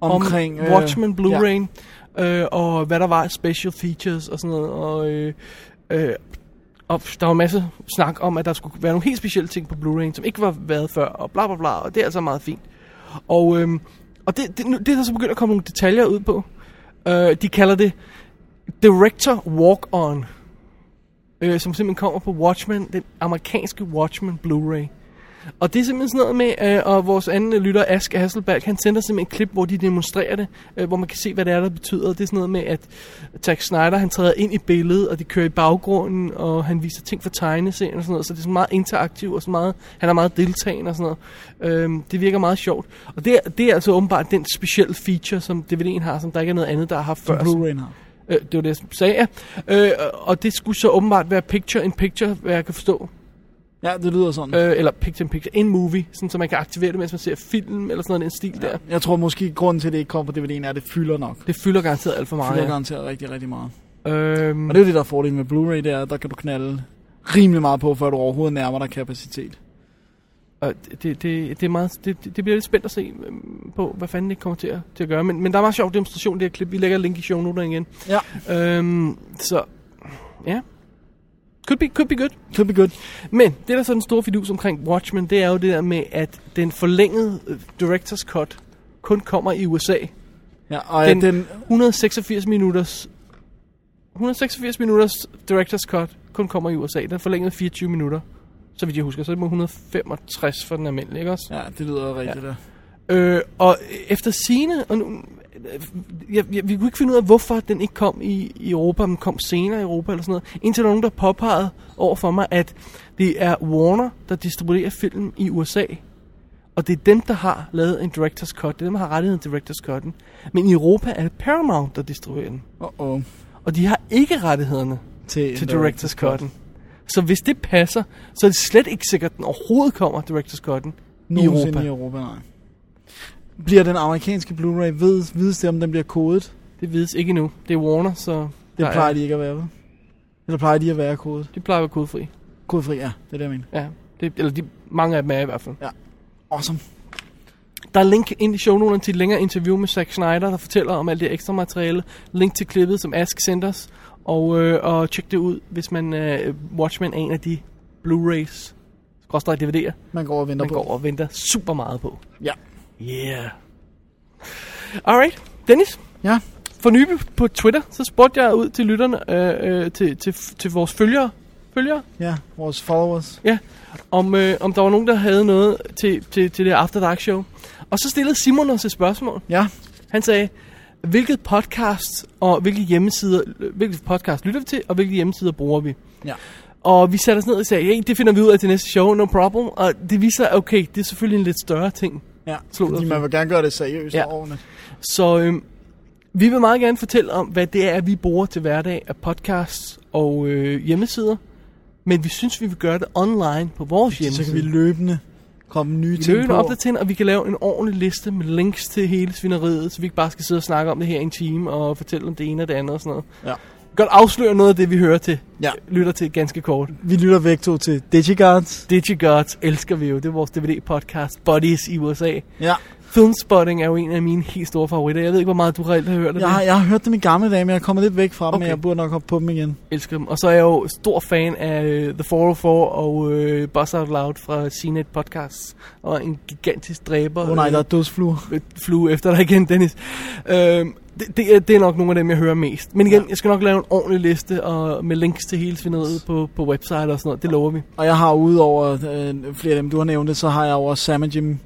S2: Omkring,
S4: om
S2: øh,
S4: Watchmen Blue
S2: ja.
S4: Rain. Øh, og hvad der var af special features og sådan noget. Og, øh, øh, og der var masse snak om, at der skulle være nogle helt specielle ting på Blu-rayen, som ikke var været før, og bla bla bla, og det er altså meget fint. Og, øhm, og det, det, nu- det er der så begyndt at komme nogle detaljer ud på. Øh, de kalder det Director Walk-On, øh, som simpelthen kommer på Watchmen, den amerikanske Watchmen Blu-ray. Og det er simpelthen sådan noget med, øh, og vores anden lytter, Ask Hasselberg, han sender simpelthen et klip, hvor de demonstrerer det, øh, hvor man kan se, hvad det er, der betyder. Det er sådan noget med, at Zack Snyder, han træder ind i billedet, og de kører i baggrunden, og han viser ting fra tegneserien og sådan noget, så det er sådan meget interaktivt, og sådan meget, han er meget deltagende og sådan noget. Øhm, det virker meget sjovt. Og det er, det er altså åbenbart den specielle feature, som DVD'en har, som der ikke er noget andet, der har haft før.
S2: Blu-ray har.
S4: Øh, det var det, jeg sagde, ja. Øh, og det skulle så åbenbart være picture-in-picture, hvad jeg kan forstå.
S2: Ja, det lyder sådan.
S4: Øh, eller picture-in-picture, in-movie, sådan, så man kan aktivere det, mens man ser film, eller sådan noget, den stil ja. der.
S2: Jeg tror måske, grunden til, at det ikke kommer på DVD'en, er, at det fylder nok. Det
S4: Det fylder garanteret alt for meget.
S2: fylder garanteret rigtig, rigtig meget.
S4: ja. øhm,
S2: Og det er jo det, der er fordelen med Blu-ray, det er, at der kan du knalde rimelig meget på, før du overhovedet nærmer dig kapacitet.
S4: Og det, det, det, er meget, det, det det bliver lidt spændt at se øhm, på, hvad fanden det kommer til at, til at gøre. Men, men der er meget sjov demonstration, i det her klip. Vi lægger et link i shownoterne igen.
S2: Ja.
S4: Øhm, så, ja. Could be, could be good.
S2: Could be good.
S4: Men det, der er så den store fidus omkring Watchmen, det er jo det der med, at den forlængede øh, Directors Cut kun kommer i USA.
S2: Ja, og
S4: Den,
S2: den,
S4: den
S2: den
S4: 186 minutters 186 minutters Directors Cut kun kommer i USA. Den forlængede 24 minutter. Så vidt jeg husker, så er det mod 165 for den almindelige, ikke også?
S2: ja, det lyder rigtigt. Ja.
S4: Øh, og efter sine, og nu, jeg, jeg, vi kunne ikke finde ud af, hvorfor den ikke kom i, i Europa, men kom senere i Europa eller sådan noget. Indtil der var nogen, der påpegede over for mig, at det er Warner, der distribuerer film i USA. Og det er dem, der har lavet en director's cut. Det er dem, der har rettigheden til director's cutten. Men i Europa er det Paramount, der distribuerer den.
S2: Uh-oh.
S4: Og de har ikke rettighederne
S2: Til, øh,
S4: til director's cutten. Så hvis det passer, så er det slet ikke sikkert, at den overhovedet kommer, director's cutten, i Europa.
S2: i Europa, nej. Bliver den amerikanske Blu-ray, ved, vides det, om den bliver kodet?
S4: Det vides ikke endnu. Det er Warner, så...
S2: Det
S4: der
S2: plejer
S4: er,
S2: de ikke at være, vel? Eller plejer de at være kodet?
S4: de plejer at være kodefri.
S2: Kodefri, ja. Det er det, jeg mener.
S4: Ja. Det, eller de, mange af dem er i hvert fald.
S2: Awesome.
S4: Der er link ind i shownoterne til et længere interview med Zack Snyder, der fortæller om alt det ekstra materiale. Link til klippet, som Ask sendte os. Og, øh, og tjek det ud, hvis man øh, Watchmen er en af de Blu-rays, skråstrej DVD'er,
S2: Man går og venter
S4: man
S2: på.
S4: går og venter super meget på.
S2: Ja.
S4: Yeah. Alright, Dennis.
S2: Ja.
S4: for nylig på Twitter, så spurgte jeg ud til lytterne, øh, øh, til, til, til vores følgere, følgere
S2: Ja, vores followers.
S4: ja, om, øh, om der var nogen, der havde noget til, til, til det After Dark show. Og så stillede Simon os et spørgsmål.
S2: Ja,
S4: Han sagde, hvilket podcast og hvilke hjemmesider, hvilket podcast lytter vi til, og hvilke hjemmesider bruger vi?
S2: Ja.
S4: Og vi satte os ned og sagde, hey, det finder vi ud af til næste show, no problem. Og det viser, okay, det er selvfølgelig en lidt større ting.
S2: ja.
S4: Slå dig
S2: Fordi
S4: for.
S2: man vil gerne gøre det seriøst
S4: Ja.
S2: ja. og ordentligt.
S4: Så øhm, vi vil meget gerne fortælle om, hvad det er, vi bruger til hverdag af podcasts og øh, hjemmesider. Men vi synes, vi vil gøre det online på vores
S2: Så
S4: hjemmeside.
S2: kan vi løbende komme nye
S4: vi
S2: ting
S4: løbende
S2: på.
S4: opdatere, og vi kan lave en ordentlig liste med links til hele svineriet, så vi ikke bare skal sidde og snakke om det her i en time og fortælle om det ene og det andet og sådan noget.
S2: Ja.
S4: Godt afsløre noget af det, vi hører til.
S2: Ja.
S4: Lytter til ganske kort.
S2: Vi lytter væk to til DigiGuards.
S4: DigiGuards elsker vi jo. Det er vores DVD-podcast, Buddies i USA.
S2: Ja.
S4: Filmspotting er jo en af mine helt store favoritter. Jeg ved ikke, hvor meget du reelt har hørt af
S2: Jeg
S4: det.
S2: har, jeg har hørt dem i gamle dage, men jeg er kommet lidt væk fra dem, okay.
S4: Okay.
S2: men jeg burde nok hoppe på dem igen.
S4: elsker dem. Og så er jeg jo stor fan af øh, The 404 og øh, Buzz Out Loud fra CNET Podcasts. Og en gigantisk dræber.
S2: Åh oh, nej, der er dødsfluer.
S4: øh, flue efter dig igen, Dennis. Øhm, det, det, er, det er nok nogle af dem, jeg hører mest. Men igen, ja. jeg skal nok lave en ordentlig liste og med links til hele svineriet på, på website og sådan noget. Det lover vi.
S2: Og jeg har udover øh, flere af dem, du har nævnt, så har jeg over Sam and Jim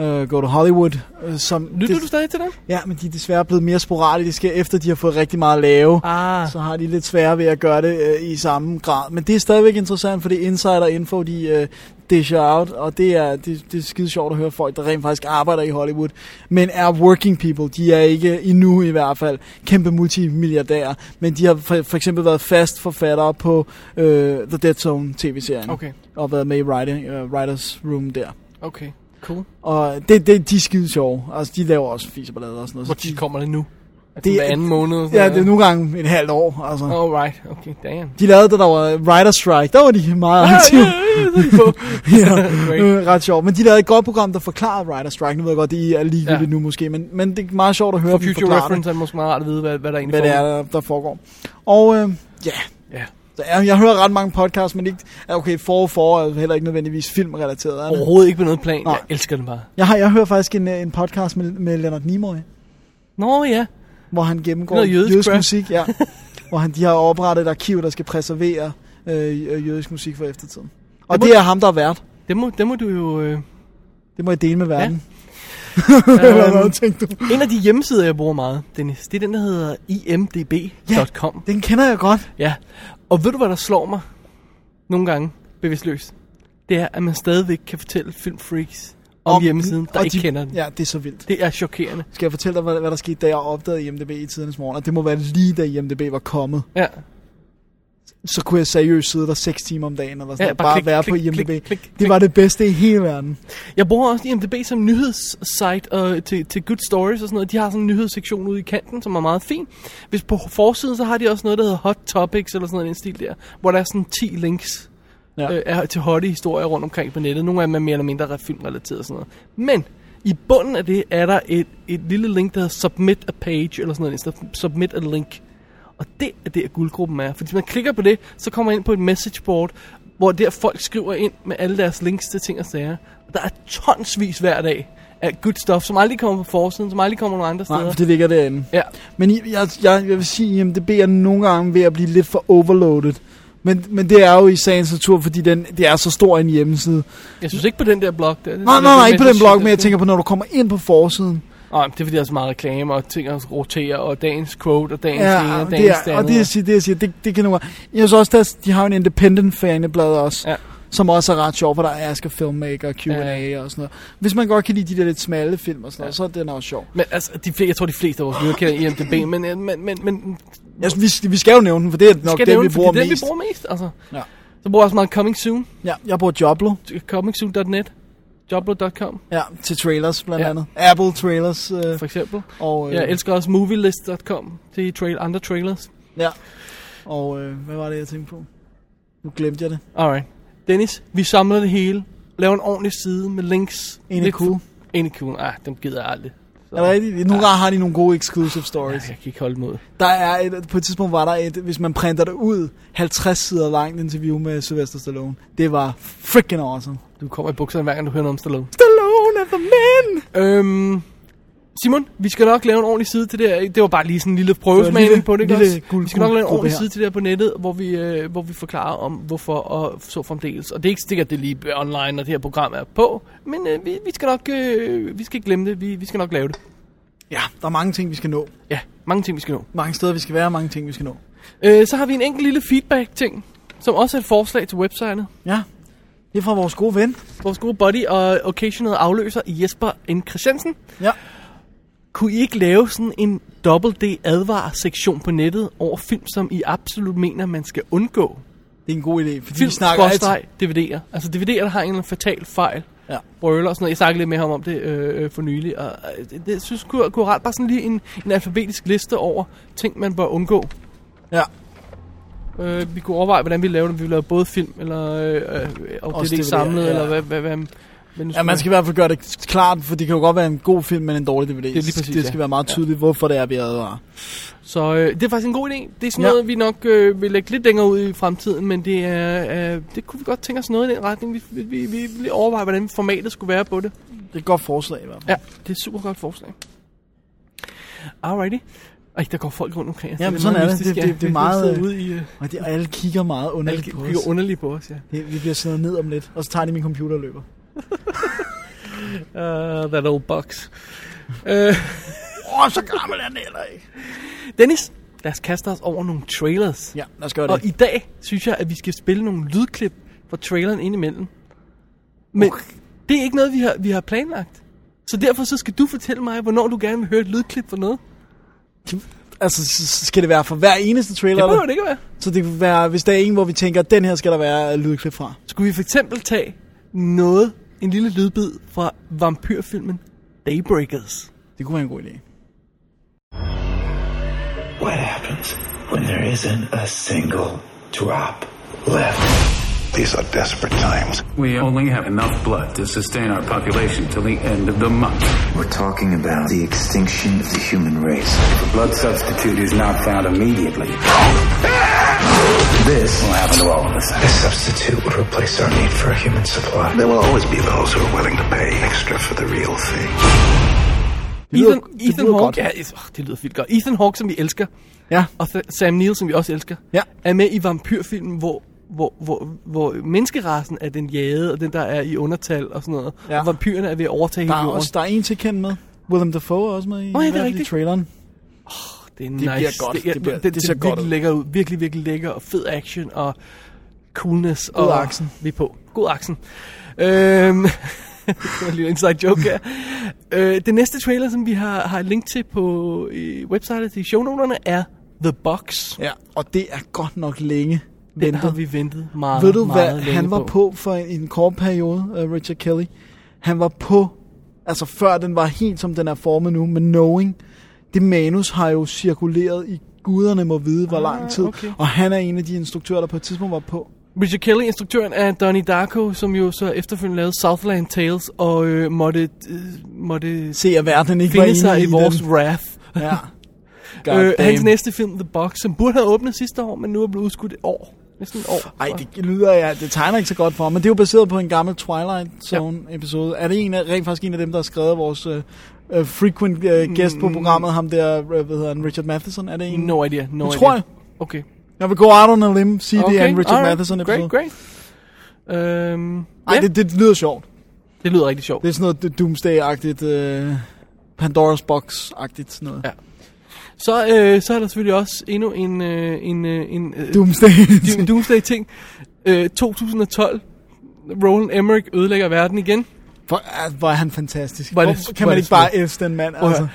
S2: øh, Go to Hollywood. Øh, som
S4: Lytter
S2: des-
S4: du stadig til dem?
S2: Ja, men de er desværre blevet mere sporadiske, efter de har fået rigtig meget at lave.
S4: Ah,
S2: Så har de lidt sværere ved at gøre det øh, i samme grad. Men det er stadigvæk interessant, for det er insider info, de øh, disher out, og det er, det, det er skide sjovt at høre folk, der rent faktisk arbejder i Hollywood, men er working people. De er ikke endnu i hvert fald kæmpe multimilliardærer, men de har for, for eksempel været fast forfattere på øh, The Dead Zone tv-serien
S4: okay.
S2: og været med i writing, uh, writers room der.
S4: Okay. Cool.
S2: Og det, det, de er skide sjove. Altså, de laver også fiseballader og sådan noget.
S4: Hvor tit
S2: de,
S4: kommer det nu? Det er anden måned.
S2: Ja, det er nogle gange et halvt år, altså.
S4: Oh, right. Okay, damn.
S2: De lavede det, der var Rider Strike. Der var de meget
S4: Ah,
S2: aktive. ja, øh, ret sjovt. Men de lavede et godt program, der forklarer Rider Strike. Nu ved jeg godt, det er ligegyldigt
S4: Ja.
S2: ja. nu måske, men, men det er meget sjovt at høre,
S4: For
S2: dem
S4: future
S2: forklare
S4: reference er det måske meget rart at vide, hvad, hvad der
S2: det,
S4: egentlig
S2: hvad det er,
S4: foregår.
S2: der- der foregår. Og øh, ja,
S4: Ja.
S2: der er- jeg hører ret mange podcasts, men ikke, ja, okay, for og for er heller ikke nødvendigvis filmrelateret. er det?
S4: Overhovedet ikke på noget plan.
S2: Nej.
S4: Jeg elsker den bare.
S2: Jeg, har, jeg hører faktisk en, øh, en podcast med, med Leonard Nimoy,
S4: Nå ja.
S2: hvor han gennemgår
S4: Noget jødisk
S2: jødisk,
S4: crap.
S2: jødisk musik. Ja, hvor han, de har oprettet et arkiv, der skal preservere øh, øh, jødisk musik for eftertiden. Og
S4: må-
S2: det er ham, der er vært.
S4: Det må, det må du jo... Øh...
S2: Det må jeg dele med verden.
S4: øhm,
S2: Hvad tænkte du?
S4: en af de hjemmesider, jeg bruger meget, Dennis, det er den, der hedder imdb.com.
S2: Den kender jeg godt.
S4: Ja, og ved du, hvad der slår mig nogle gange bevidstløst? Det er, at man stadigvæk kan fortælle filmfreaks om, om hjemmesiden, der
S2: og
S4: ikke de, kender den. Ja.
S2: Ja, det er så vildt.
S4: Det er chokerende.
S2: Skal jeg fortælle dig, hvad, hvad der skete, da jeg opdagede IMDB i tidernes morgen? Og det må være lige, da IMDB var kommet.
S4: Ja,
S2: Så kunne jeg seriøst sidde der 6 timer om dagen, eller sådan
S4: Ja,
S2: ja,
S4: bare
S2: bare, bare
S4: klik,
S2: være
S4: klik,
S2: på IMDB.
S4: klik, klik, klik.
S2: Det var det bedste i hele verden.
S4: Jeg bruger også IMDb som nyhedssite og til, til good stories og sådan noget. De har sådan en nyhedssektion ude i kanten, som er meget fin. Hvis på forsiden, så har de også noget, der hedder hot topics eller sådan noget i den stil der, hvor der er sådan 10 links
S2: Ja.
S4: ja. øh, er til hotte historier rundt omkring på nettet. Nogle af dem er mere eller mindre filmrelateret og sådan noget. Men i bunden af det er der et, et lille link, der hedder submit a page eller sådan noget. i den stil. Submit a link. Og det er det, at guldgruppen er. Fordi hvis man klikker på det, så kommer man ind på et message board, hvor der folk skriver ind med alle deres links til ting og sager. Og der er tonsvis hver dag af good stuff, som aldrig kommer på forsiden, som aldrig kommer nogen andre steder.
S2: Nej, for det ligger derinde.
S4: Ja,
S2: Men I- jeg, jeg, jeg vil sige, at IMDB er nogle gange ved at blive lidt for overloaded. Men, men det er jo i sagens natur, fordi den, det er så stor en hjemmeside.
S4: jeg synes ikke på den der blog der.
S2: Nej, nej, nej, ikke på den blog, men jeg tænker på, når du kommer ind på forsiden.
S4: Nej, men det er fordi, der er så meget reklame, og ting også roterer, og dagens quote, og dagens ja, ene,
S2: Ja,
S4: og
S2: det
S4: dagens
S2: er, og det jeg
S4: er...
S2: siger, det jeg siger, det, det kan nogle gange. Jeg synes også, der, de har jo en independent faneblad også.
S4: Ja.
S2: Som også er ret sjov, hvor der er Asker Filmmaker, Q&A
S4: Ja.
S2: og sådan noget. Hvis man godt kan lide de der lidt smalle film og sådan noget, så er den også sjov.
S4: Men altså, de, fl- jeg tror, de fleste af vores lyder kender IMDB, men, øh, men, men, men
S2: Jeg, synes, vi, vi skal jo nævne den, for det er
S4: skal
S2: nok det,
S4: nævne,
S2: vi
S4: fordi
S2: bruger
S4: det er den,
S2: mest.
S4: vi bruger mest. Altså.
S2: Ja.
S4: Så bruger jeg også meget Coming Soon,
S2: Ja, jeg bruger Joblo
S4: comingsoon.net, joblo.com
S2: ja, til trailers blandt
S4: Ja.
S2: ja. andet. Apple trailers. Øh,
S4: for eksempel.
S2: og, øh,
S4: Jeg elsker også movielist.com til trail, andre trailers.
S2: ja. og øh, hvad var det, jeg tænkte på? Nu glemte jeg det.
S4: Alright. Dennis, vi samler det hele. Laver en ordentlig side med links.
S2: En Altså. er cool.
S4: En er cool. Ah, dem gider jeg aldrig. Så,
S2: Er det rigtigt? Nogle gange har de nogle gode exclusive stories.
S4: Ah, Jeg kan ikke holde mod.
S2: Der er et, på et tidspunkt var der et, hvis man printer det ud, 50 sider langt interview med Sylvester Stallone. Det var freaking awesome.
S4: Du kommer i bukserne, hver gang du hører noget om Stallone.
S2: Stallone er the man!
S4: Øhm, Simon, vi skal nok lave en ordentlig side til det her. ikke? Det var bare lige sådan en lille
S2: Det var en lille-
S4: prøvesmagning på det, ikke
S2: lille
S4: også?
S2: guld-
S4: Vi skal nok lave en
S2: guldgruppe
S4: ordentlig
S2: her.
S4: side til det her på nettet, hvor vi, øh, hvor vi forklarer om hvorfor og så fremdeles. Og det er ikke sikkert, at det lige er online, når det her program er på. Men øh, vi, vi, skal nok, øh, vi skal ikke glemme det. Vi, vi skal nok lave det.
S2: Ja, der er mange ting, vi skal nå.
S4: Ja, mange ting, vi skal nå.
S2: Mange steder, vi skal være, mange ting, vi skal nå.
S4: Øh, så har vi en enkelt lille feedback-ting, som også er et forslag til websitet.
S2: Ja, det er fra vores gode ven.
S4: Vores gode buddy og occasional afløser Jesper N. Christiansen.
S2: Ja.
S4: Kunne I ikke lave sådan en dobbelt D advar-sektion på nettet over film, som I absolut mener, man skal undgå?
S2: Det er en god idé, fordi
S4: Film,
S2: vi snakker altid.
S4: skråstreg, DVD'er. Altså DVD'er, der har en eller anden fatal fejl.
S2: Ja.
S4: Brøler og sådan noget. Jeg snakkede lidt med ham om det øh, øh, for nylig. Og øh, det, det synes kunne, kunne være ret bare sådan lige en, en alfabetisk liste over ting, man bør undgå.
S2: Ja,
S4: Øh, vi kunne overveje, hvordan vi laver det. Om Vi laver både film, eller øh, øh, og det er
S2: DVD'er,
S4: ikke samlet,
S2: ja.
S4: eller hvad, hvad, hvad, hvad nu
S2: ja, man skal i hvert fald gøre det klart, for det kan jo godt være en god film, men en dårlig DVD. Det,
S4: er lige præcis,
S2: det skal
S4: ja.
S2: være meget tydeligt, hvorfor det er, vi advarer.
S4: Så øh, det er faktisk en god idé. Det er sådan
S2: Ja.
S4: noget, vi nok øh, vil lægge lidt længere ud i fremtiden, men det, er, øh, det kunne vi godt tænke os noget i den retning. Vi, vi, vi, vi vil overveje, hvordan formatet skulle være på det.
S2: Det er et godt forslag i hvert fald.
S4: Ja, det er et super godt forslag. Alrighty. Ej, der går folk rundt omkring. os.
S2: Jamen,
S4: meget
S2: sådan er det.
S4: mystisk,
S2: Det-
S4: ja.
S2: det- det er
S4: Vi
S2: meget,
S4: sidder
S2: øh,
S4: ude i... Øh,
S2: Og, det, og alle kigger meget
S4: alle
S2: underligt på
S4: kigger
S2: os.
S4: underligt på os, ja.
S2: Det- Vi bliver siddet ned om lidt, og så tager de min computer og løber.
S4: Uh, that old box. uh,
S2: Åh, oh, så gammel er den heller ikke.
S4: Dennis, lad os kaste os over nogle trailers.
S2: Ja, lad os gøre det.
S4: Og i dag synes jeg, at vi skal spille nogle lydklip fra traileren indimellem. Men okay. det er ikke noget, vi har, vi har planlagt. Så derfor så skal du fortælle mig, hvornår du gerne vil høre et lydklip for noget.
S2: Altså, s- s- skal det være for hver eneste trailer?
S4: Det behøver
S2: Det
S4: det ikke være.
S2: så det kunne være, hvis der er en, hvor vi tænker, at den her skal der være lydklip fra.
S4: Skulle vi for eksempel tage noget, en lille lydbid fra vampyrfilmen Daybreakers.
S2: Det kunne være en god idé.
S10: What happens when there isn't a single drop left? These are desperate times.
S11: We only have enough blood to sustain our population till the end of the month.
S10: We're talking about the extinction of the human race.
S11: The blood substitute is not found immediately.
S10: This will happen to all of us. This substitute will replace our need for a human supply. There will always be those who are willing to pay extra for the real thing.
S4: Ethan, Ethan Hawke, ja, yes, åh, det lyder vildt godt. Ethan Hawke, som vi elsker,
S2: ja.
S4: og Th- Sam Neill, som vi også elsker,
S2: ja.
S4: er med i vampyrfilmen, hvor, hvor, hvor, hvor menneskerasen er den jade, og den, der er i undertal og sådan noget.
S2: Ja.
S4: Ja. Og vampyrerne er ved at overtage
S2: Der
S4: hele
S2: er,
S4: jorden.
S2: også, der er en til kendt med. Willem Dafoe er også med i,
S4: Nå, ja, det er
S2: i hvert fald
S4: rigtigt.
S2: i traileren.
S4: Det er
S2: Det
S4: nice.
S2: bliver godt.
S4: er-
S2: Det bliver-
S4: den-
S2: det
S4: den
S2: ser
S4: er
S2: godt
S4: virkelig
S2: ud.
S4: lækker ud. Virkelig, virkelig lækker. Og fed action og coolness.
S2: God
S4: og
S2: aksen.
S4: Vi er på. God aksen. Øhm, det var en lille inside joke her. øh, det næste trailer, som vi har, har et link til på i websitet i shownoterne, er The Box.
S2: Ja, og det er godt nok længe
S4: Den har
S2: ventet.
S4: vi ventet meget,
S2: Ved du,
S4: meget
S2: hvad
S4: længe
S2: han var på for en, en kort periode, uh, Richard Kelly? Han var på, altså før den var helt som den er formet nu, med Knowing. Det manus har jo cirkuleret i guderne må vide, hvor lang tid.
S4: Ah, okay.
S2: Og han er en af de instruktører, der på et tidspunkt var på.
S4: Richard Kelly, instruktøren af Donnie Darko, som jo så efterfølgende lavede Southland Tales, og øh, måtte, øh, måtte
S2: Se, at verden ikke
S4: finde
S2: var
S4: sig
S2: enig
S4: i vores
S2: den.
S4: wrath.
S2: Ja.
S4: Øh,
S2: Goddamn.
S4: hans næste film, The Box, som burde have åbnet sidste år, men nu er blevet udskudt et år. Næsten et år.
S2: Ej, det lyder ja, det tegner ikke så godt for ham, men det er jo baseret på en gammel Twilight Zone episode. Er det en af, rent faktisk en af dem, der har skrevet vores øh, øh, frequent
S4: Mm.
S2: øh, guest på programmet, ham der, øh, hvad hedder han, Richard Matheson? Er det en?
S4: No idea, no
S2: det
S4: idea.
S2: tror jeg.
S4: Okay.
S2: Jeg vil gå out on a limb, sige okay,
S4: okay.
S2: det er en Richard
S4: alright.
S2: Matheson episode.
S4: Great, great. Øhm,
S2: Ej,
S4: ja,
S2: det, det lyder sjovt.
S4: det lyder rigtig sjovt.
S2: Det er sådan noget det Doomsday-agtigt, øh, Pandora's Box-agtigt sådan noget.
S4: Ja. Så, øh, så er der selvfølgelig også endnu en, øh, en, øh, en øh,
S2: Doomsday.
S4: Doom- Doomsday-ting. Øh, 2012. Roland Emmerich ødelægger verden igen.
S2: Hvor, er- ah, hvor er han fantastisk.
S4: Hvor er det-
S2: Hvorfor
S4: hvor
S2: kan
S4: er
S2: man
S4: det
S2: ikke bare elske den mand?
S4: Prøv at
S2: Altså.
S4: høre.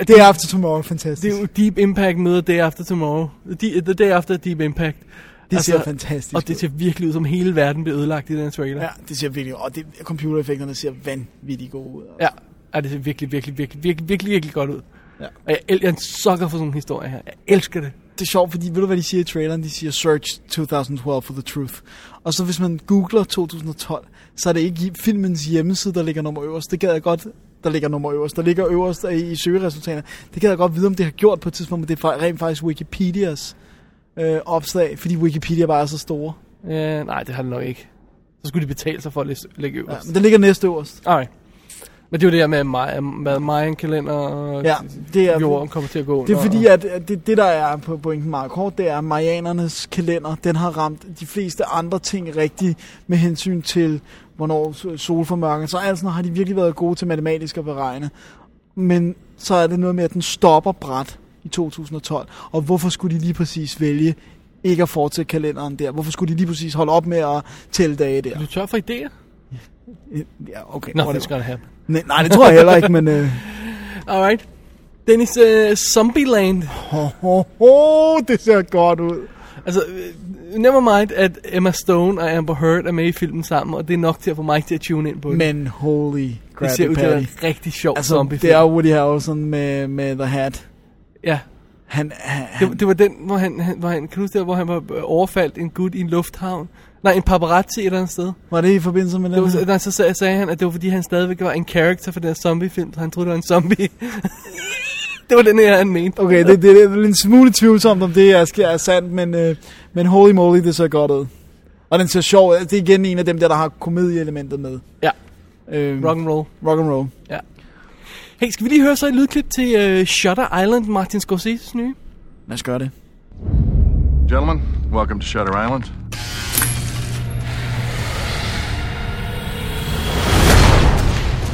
S4: Øh,
S2: Det er After Tomorrow fantastisk.
S4: Det er jo Deep Impact møder Day After Tomorrow. The, the Day After Deep Impact.
S2: Altså, Det ser fantastisk
S4: Og det
S2: ud.
S4: ser virkelig ud, som hele verden bliver ødelagt i den her trailer.
S2: Ja, det ser virkelig Og det, computereffekterne ser vanvittigt gode ud.
S4: ja. ja det ser virkelig, virkelig, virkelig, virkelig, virkelig, virkelig godt ud.
S2: Ja.
S4: Og jeg, el- jeg er en sukker for sådan nogle historier her. Jeg elsker det.
S2: Det er sjovt, fordi ved du, hvad de siger i traileren? De siger Search 2012 for the truth. Og så hvis man googler 2012, så er det ikke i filmens hjemmeside, der ligger nummer øverst. Det gad jeg godt, der ligger nummer øverst. Der ligger øverst i, i søgeresultaterne. Det gad jeg godt vide, om det har gjort på et tidspunkt, men det er fa- rent faktisk Wikipedias øh, opslag, fordi Wikipedia bare er så store.
S4: Ja, nej, det har det nok ikke. Så skulle de betale sig for at læse- lægge
S2: Ja,
S4: øverst.
S2: men den ligger næste øverst.
S4: Ja. Alright. Men det er jo det her med, Maya- med Mayan-kalender og
S2: Ja, det er,
S4: jorden kommer til at gå under.
S2: det er fordi,
S4: og-
S2: at at det, det der er på pointen meget kort, det er, at Marianernes kalender, den har ramt de fleste andre ting rigtigt med hensyn til, hvornår s- solformørkelsen, så altså har de virkelig været gode til matematisk at beregne. Men så er det noget med, at den stopper bræt i 2012. Og hvorfor skulle de lige præcis vælge ikke at fortsætte kalenderen der? Hvorfor skulle de lige præcis holde op med at tælle dage der?
S4: Er du tør for idéer?
S2: Ja, okay. whatever.
S4: Nothing's gonna happen.
S2: Nej, nej, det tror jeg heller ikke, men... Øh,
S4: Alright. Dennis, uh, Zombieland.
S2: ho, ho, ho, det ser godt ud.
S4: Altså, øh, never mind, at Emma Stone og Amber Heard er med i filmen sammen, og det er nok til at få mig til at tune ind på det.
S2: Men holy
S4: det
S2: crappy
S4: ser ud til at være
S2: patty.
S4: en rigtig sjov
S2: Altså,
S4: zombie
S2: det er jo Woody Harrelson med, med The Hat.
S4: Ja,
S2: Han, han,
S4: det, det, var den, hvor han, han, hvor han, kan du huske det, hvor han var øh, overfaldt en gut i en lufthavn? Nej, en paparazzi et eller andet sted.
S2: var det i forbindelse med
S4: Det var,
S2: den
S4: så-
S2: her?
S4: nej, så sagde, sagde han, at det var fordi, han stadigvæk var en character for den her zombiefilm, så han troede, det var en zombie. det var den her, han mente.
S2: Okay, det, det, det er en smule tvivlsomt, om det er, sker- er sandt, men, øh, men holy moly, det ser godt ud. Og den ser sjov ud. Det er igen en af dem der, der har komedieelementet med.
S4: Ja,
S2: Øh,
S4: rock and roll.
S2: rock and roll.
S4: Ja. Hey, skal vi lige høre så et lydklip til øh, Shutter Island, Martin Scorsese's nye?
S2: Lad os gøre det.
S12: Gentlemen, welcome to Shutter Island.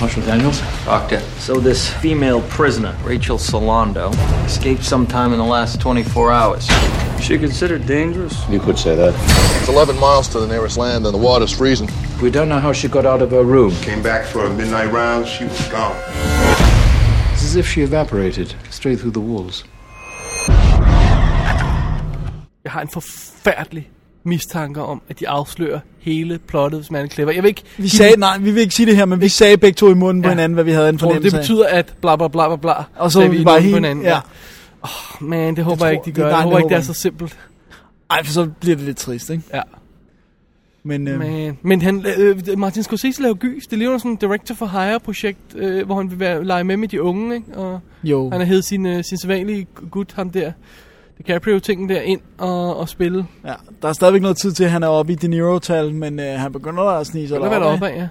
S13: Marshal Daniels? Doctor, so this female prisoner, Rachel Solando, escaped sometime in the last 24 hours. She considered dangerous?
S9: You could say that.
S14: It's 11 miles to the nearest land, and the water's freezing.
S13: We don't know how she got out of her room.
S14: Came back for a midnight round. Oh, She was gone.
S13: It's as if she evaporated straight through the walls.
S4: Jeg har en forfærdelig mistanke om, at de afslører hele plottet, hvis man er clever. Jeg vil ikke...
S2: Vi sagde, nej, vi vil ikke sige det her, men vi sagde begge to i munden på
S4: Ja.
S2: hinanden, hvad vi havde en
S4: Tror du,
S2: fornemmelse
S4: det betyder, at bla bla bla bla bla,
S2: Og så
S4: sagde
S2: var vi bare
S4: i munden på
S2: helt- ja.
S4: Oh, man, det håber jeg, ikke, de gør.
S2: nej,
S4: jeg håber ikke, det er
S2: jeg
S4: så simpelt.
S2: Ej, for så bliver det lidt trist, ikke?
S4: Ja.
S2: Men, øhm,
S4: Man. Men han, øh, Martin Scorsese laver gys. Det lever sådan en director for hire projekt, øh, hvor han vil være, lege med med de unge. Ikke? Og
S2: Jo.
S4: Han har hævet sin, øh, sin sædvanlige gut, ham der, DiCaprio-tingen der, ind og, og spille.
S2: Ja, der er stadigvæk noget tid til, at han er oppe i De Niro-tal, men øh, han begynder da at snige sig
S4: Det kan være deroppe
S2: deroppe,
S4: af,
S2: ikke?
S4: ja.